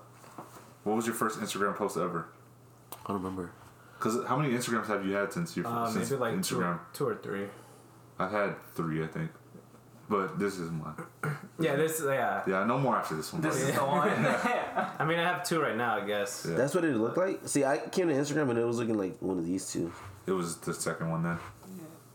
Speaker 1: what was your first Instagram post ever?
Speaker 6: I don't remember.
Speaker 1: Because how many Instagrams have you had since your
Speaker 3: um,
Speaker 1: since
Speaker 3: maybe like two,
Speaker 1: Instagram?
Speaker 3: or- two or three.
Speaker 1: I've had three, I think. But this is mine.
Speaker 3: Yeah, this yeah.
Speaker 1: Yeah, no more after this one.
Speaker 4: This
Speaker 3: Oh,
Speaker 4: is the one.
Speaker 3: I mean, I have two right now, I guess.
Speaker 1: Yeah.
Speaker 6: That's what it looked like. See, I came to Instagram and it was looking like one of these two.
Speaker 1: It was the second one then.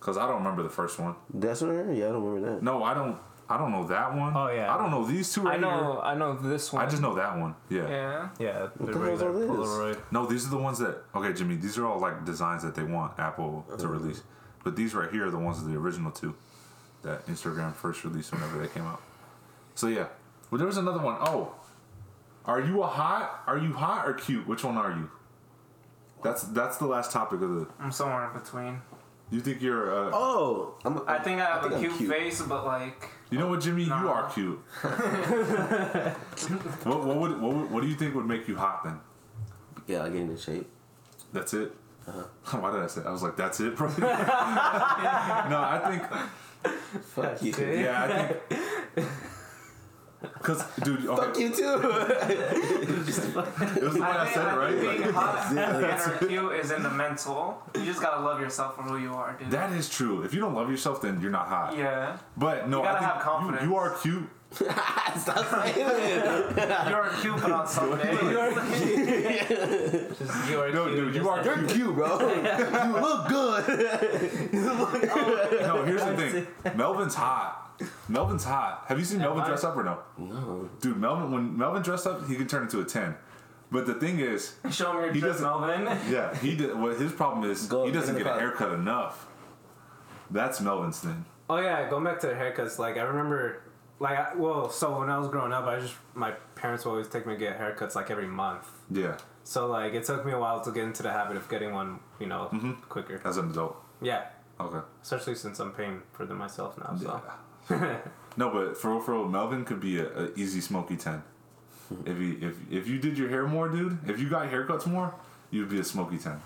Speaker 1: Cause I don't remember the first one.
Speaker 6: That's what I remember. Yeah, I don't remember that.
Speaker 1: No, I don't. I don't know that one.
Speaker 3: Oh, yeah.
Speaker 1: I don't know these two. Right
Speaker 4: I know, I know this
Speaker 1: Here.
Speaker 4: one.
Speaker 1: I just know that one. Yeah.
Speaker 4: Yeah.
Speaker 3: Yeah, the
Speaker 6: the hell's
Speaker 3: regular
Speaker 6: all this?
Speaker 3: Polaroid.
Speaker 1: No, these are the ones that. Okay, Jimmy. These are all like designs that they want Apple to release. But these right here are the ones of the original two that Instagram first released whenever they came out. So yeah. Well, there was another one. Oh, are you a hot? Are you hot or cute? Which one are you? That's that's the last topic of the.
Speaker 4: I'm somewhere in between.
Speaker 1: You think you're? Uh,
Speaker 6: Oh, I'm,
Speaker 4: I think I have
Speaker 6: think
Speaker 4: a
Speaker 6: I'm
Speaker 4: cute,
Speaker 6: cute.
Speaker 4: face, but like
Speaker 1: You know what, Jimmy? You
Speaker 4: Nah.
Speaker 1: are cute. what, what would what would, what do you think would make you hot then?
Speaker 6: yeah, I get in shape.
Speaker 1: That's it. Why did I say? I was like, that's it, bro. no, I think
Speaker 6: Fuck you.
Speaker 1: yeah, I think because dude, okay,
Speaker 6: Fuck you too.
Speaker 1: it was the way I, said it
Speaker 4: think- think
Speaker 1: right. Like,
Speaker 4: Being hot and or cute is in the mental. You just gotta love yourself for who you are, dude.
Speaker 1: that is true. If you don't love yourself, then you're not hot.
Speaker 4: yeah.
Speaker 1: But no,
Speaker 4: You gotta
Speaker 1: I think
Speaker 4: have confidence.
Speaker 1: You, you are cute.
Speaker 6: Stop saying that.
Speaker 4: You're a cute, but on some days.
Speaker 3: Just you are
Speaker 1: No,
Speaker 3: cute,
Speaker 1: dude,
Speaker 3: just
Speaker 1: you are
Speaker 3: like-
Speaker 1: cute.
Speaker 6: You, bro. You look good.
Speaker 1: No, here's the thing. Melvin's hot. Melvin's hot. Have you seen Melvin
Speaker 3: I?
Speaker 1: dress up or no?
Speaker 6: No.
Speaker 1: Dude, Melvin when Melvin dressed up, he could turn into a ten. But the thing is,
Speaker 4: Show me your
Speaker 1: He
Speaker 4: drip,
Speaker 1: doesn't-
Speaker 4: Melvin.
Speaker 1: Yeah, he did. What his problem is,
Speaker 6: Go
Speaker 1: he doesn't
Speaker 6: in the
Speaker 1: get a
Speaker 6: car.
Speaker 1: haircut enough. That's Melvin's thing.
Speaker 3: Oh yeah, going back to the haircuts. Like I remember, like I, well, so when I was growing up, I just my parents would always take me to get haircuts like every month.
Speaker 1: Yeah,
Speaker 3: So like it took me a while to get into the habit of getting one, you know,
Speaker 1: Mm-hmm.
Speaker 3: quicker.
Speaker 1: as an adult.
Speaker 3: Yeah,
Speaker 1: Okay.
Speaker 3: especially since I'm paying for them myself now. So
Speaker 1: No, but for real, for real, Melvin could be a, a easy smoky ten. If he if if you did your hair more, dude. If you got haircuts more, you'd be a smoky ten.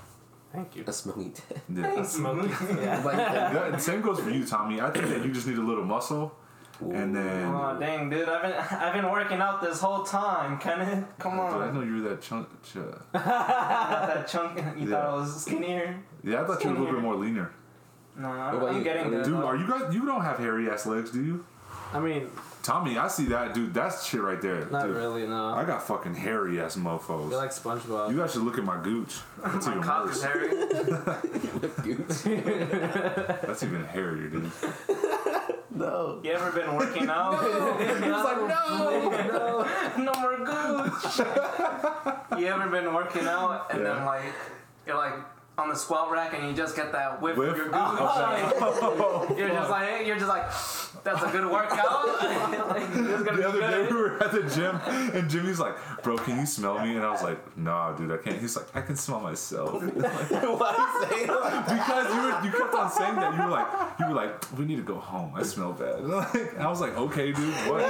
Speaker 3: thank you.
Speaker 6: A smoky dick.
Speaker 1: Yeah.
Speaker 3: Smoky. yeah.
Speaker 1: That- and same goes for you, Tommy. I think that you just need a little muscle, and then.
Speaker 4: Oh dang, dude! I've been I've been working out this whole time. Can it? Come
Speaker 1: Dude, I
Speaker 4: on,
Speaker 1: know you were that chunk. Ch-
Speaker 4: not that chunk. You thought
Speaker 1: Yeah.
Speaker 4: I was skinnier?
Speaker 1: yeah, I thought you were a little bit more leaner.
Speaker 4: No,
Speaker 6: about
Speaker 4: I'm
Speaker 6: you?
Speaker 4: getting there.
Speaker 1: Dude,
Speaker 4: though.
Speaker 1: are you guys? You don't have hairy ass legs, do you?
Speaker 3: I mean,
Speaker 1: Tommy, I see that, dude. That's shit right there.
Speaker 3: not
Speaker 1: dude.
Speaker 3: really. No,
Speaker 1: I got fucking hairy ass mofos.
Speaker 3: you like SpongeBob.
Speaker 1: you guys should look at my gooch. That's
Speaker 4: My
Speaker 1: even
Speaker 4: cock is
Speaker 1: worse.
Speaker 4: hairy.
Speaker 1: That's even hairier, dude.
Speaker 6: No.
Speaker 4: You ever been working out? no. more gooch. you ever been working out and
Speaker 1: Yeah.
Speaker 4: then like you're like on the squat rack and you just get that whiff,
Speaker 1: Whiff? Oh,
Speaker 4: of your gooch? you're just like you're just like that's a good workout. like, it's gonna
Speaker 1: The
Speaker 4: be
Speaker 1: other day
Speaker 4: good.
Speaker 1: we were at the gym and Jimmy's like, "Bro, can you smell me?" And I was like, "Nah, dude, I can't." He's like, "I can smell myself."
Speaker 6: Why you saying like
Speaker 1: Because you were, you kept on saying that. You were like, you were like, "We need to go home. I smell bad." And I was like, "Okay, dude, what?"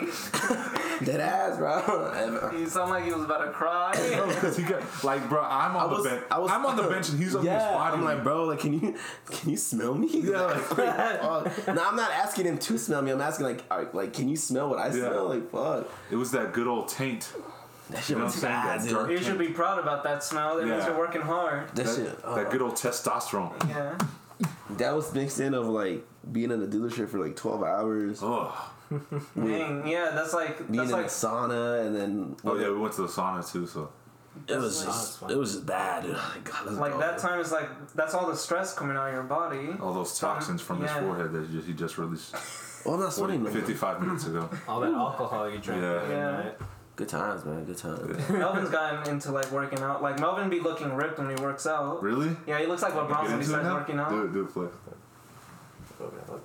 Speaker 6: that ass, bro?
Speaker 4: He sounded like he was about to cry.
Speaker 1: Because he got like, bro, I'm on
Speaker 6: was-
Speaker 1: the bench.
Speaker 6: I was-
Speaker 1: I'm on the bench and he's up there
Speaker 6: yeah,
Speaker 1: spotting
Speaker 6: I'm
Speaker 1: me.
Speaker 6: like, bro, like, can you, can you smell me? Yeah, like, fuck. No, I'm not asking him to smell me. I'm asking like, all right, like, can you smell what I smell? Like, fuck.
Speaker 1: It was that good old taint.
Speaker 2: That shit
Speaker 1: know
Speaker 2: was
Speaker 1: what I'm saying?
Speaker 2: bad,
Speaker 1: That
Speaker 2: dude.
Speaker 1: dark-
Speaker 4: You should be proud about that smell. That means
Speaker 1: Yeah.
Speaker 4: you're working hard.
Speaker 2: That,
Speaker 1: That,
Speaker 2: shit.
Speaker 6: oh.
Speaker 2: uh,
Speaker 1: that good old testosterone.
Speaker 4: Yeah.
Speaker 2: that was mixed in of like being in the dealership for like twelve hours,
Speaker 1: Oh,
Speaker 4: Dang, Mm, yeah, that's like
Speaker 2: being
Speaker 4: that's
Speaker 2: in
Speaker 4: like
Speaker 2: the sauna, and then
Speaker 1: oh yeah, we went to the sauna too. So
Speaker 2: it was
Speaker 3: that's
Speaker 2: just
Speaker 3: fine.
Speaker 2: it was just bad. Dude. Oh, my God, that's
Speaker 4: like
Speaker 2: dope.
Speaker 4: that time is like that's all the stress coming out of your body.
Speaker 1: all those toxins from his
Speaker 4: Yeah.
Speaker 1: forehead that he just, he just released
Speaker 2: Well, I'm
Speaker 1: 40,
Speaker 2: not sweating. no more.
Speaker 1: 55 minutes ago.
Speaker 3: All that alcohol you drank.
Speaker 1: Yeah.
Speaker 3: that
Speaker 4: Yeah.
Speaker 3: night.
Speaker 2: Good times, man. Good times.
Speaker 4: Melvin's gotten into like working out. Like Melvin be looking ripped when he works out.
Speaker 1: Really?
Speaker 4: Yeah, he looks like LeBron
Speaker 1: Get
Speaker 4: when he
Speaker 1: into it
Speaker 4: starts
Speaker 1: now?
Speaker 4: working out.
Speaker 1: Do it, do it, play.
Speaker 7: Okay.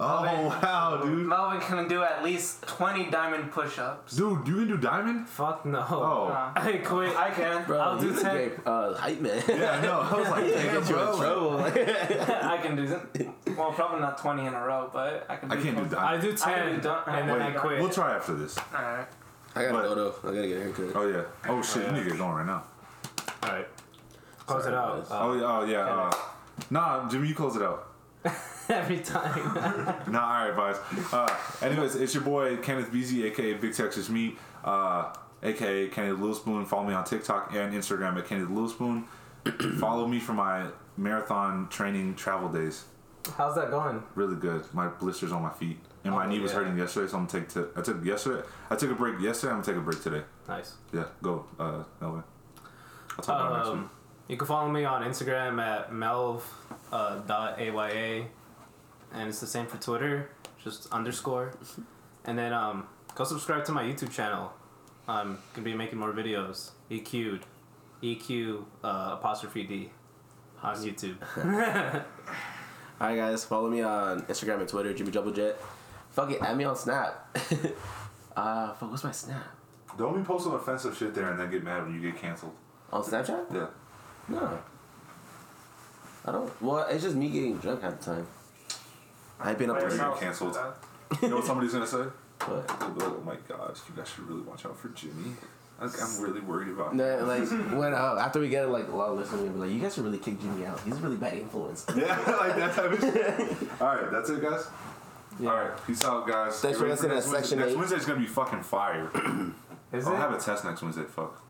Speaker 1: Oh
Speaker 4: man.
Speaker 1: wow, dude.
Speaker 4: Melvin can do at least twenty diamond push-ups.
Speaker 1: Dude, you can do diamond?
Speaker 3: Fuck no.
Speaker 1: Oh.
Speaker 4: Uh,
Speaker 3: I quit.
Speaker 4: I can.
Speaker 2: Bro,
Speaker 3: I'll do
Speaker 2: you the
Speaker 3: ten.
Speaker 2: great, uh, hype man.
Speaker 1: Yeah, I know. I was like, damn,
Speaker 2: Get you in
Speaker 1: bro.
Speaker 2: trouble.
Speaker 4: I can do. that. Well, probably not twenty in a row, but I can. Do
Speaker 1: I can't do
Speaker 4: 20.
Speaker 3: I
Speaker 1: diamond.
Speaker 3: do
Speaker 4: I
Speaker 3: ten,
Speaker 4: already done-
Speaker 3: and then
Speaker 4: Wait,
Speaker 3: I quit.
Speaker 1: We'll try after this.
Speaker 4: All right.
Speaker 2: I gotta
Speaker 1: But-
Speaker 2: go though. I gotta get a haircut.
Speaker 1: Oh yeah. Oh shit, you need to get going right now.
Speaker 3: All right, close it out.
Speaker 2: guys.
Speaker 3: Uh,
Speaker 1: Oh yeah, oh yeah. Uh, nah, Jimmy, you close it out.
Speaker 3: every time.
Speaker 1: Nah, all right, boys. Uh, anyways, it's your boy Kenneth Beasy, aka Big Texas Meat, uh, aka Kenneth Little Spoon. Follow me on TikTok and Instagram at Kenneth Little Spoon. Follow me for my marathon training travel days.
Speaker 3: How's that going?
Speaker 1: Really good. My blisters on my feet, and my
Speaker 3: Oh,
Speaker 1: knee was
Speaker 3: yeah.
Speaker 1: hurting yesterday, so I'm gonna take. T- I took yesterday. I took a break yesterday. I'm gonna take a break today.
Speaker 3: Nice.
Speaker 1: Yeah, go. Uh, Melvin. I'll talk about it next one.
Speaker 3: Um, you can follow me on Instagram at melv uh, dot aya, and it's the same for Twitter, just underscore. And then um, go subscribe to my YouTube channel. I'm gonna be making more videos. E EQ'd, EQ uh, apostrophe D on YouTube.
Speaker 2: All right, guys, follow me on Instagram and Twitter, Jimmy Double Jet. Fuck it, add me on Snap. uh, fuck, what's my Snap?
Speaker 1: Don't be posting offensive shit there and then get mad when you get canceled.
Speaker 2: On Snapchat?
Speaker 1: Yeah.
Speaker 2: No. I don't. Well, it's just me getting drunk half the time. I've been up
Speaker 1: Wait,
Speaker 2: late,
Speaker 1: you're canceled. You know what somebody's gonna say?
Speaker 2: but
Speaker 1: They'll be like, oh my gosh, you guys should really watch out for Jimmy. Like, I'm really worried about him.
Speaker 2: no, like when uh, after we get like a lot of listeners, we'll be like, you guys should really kick Jimmy out. He's a really bad influence.
Speaker 1: Yeah, like that type of shit. All right, that's it, guys. All right, peace out, guys.
Speaker 2: Thanks
Speaker 1: Get
Speaker 2: for
Speaker 1: ready
Speaker 2: listening to
Speaker 1: next Wednesday.
Speaker 2: Section
Speaker 1: Next
Speaker 2: Eight.
Speaker 1: Wednesday's gonna be fucking fire.
Speaker 3: Is
Speaker 1: I'll
Speaker 3: it?
Speaker 1: have a test next Wednesday. Fuck.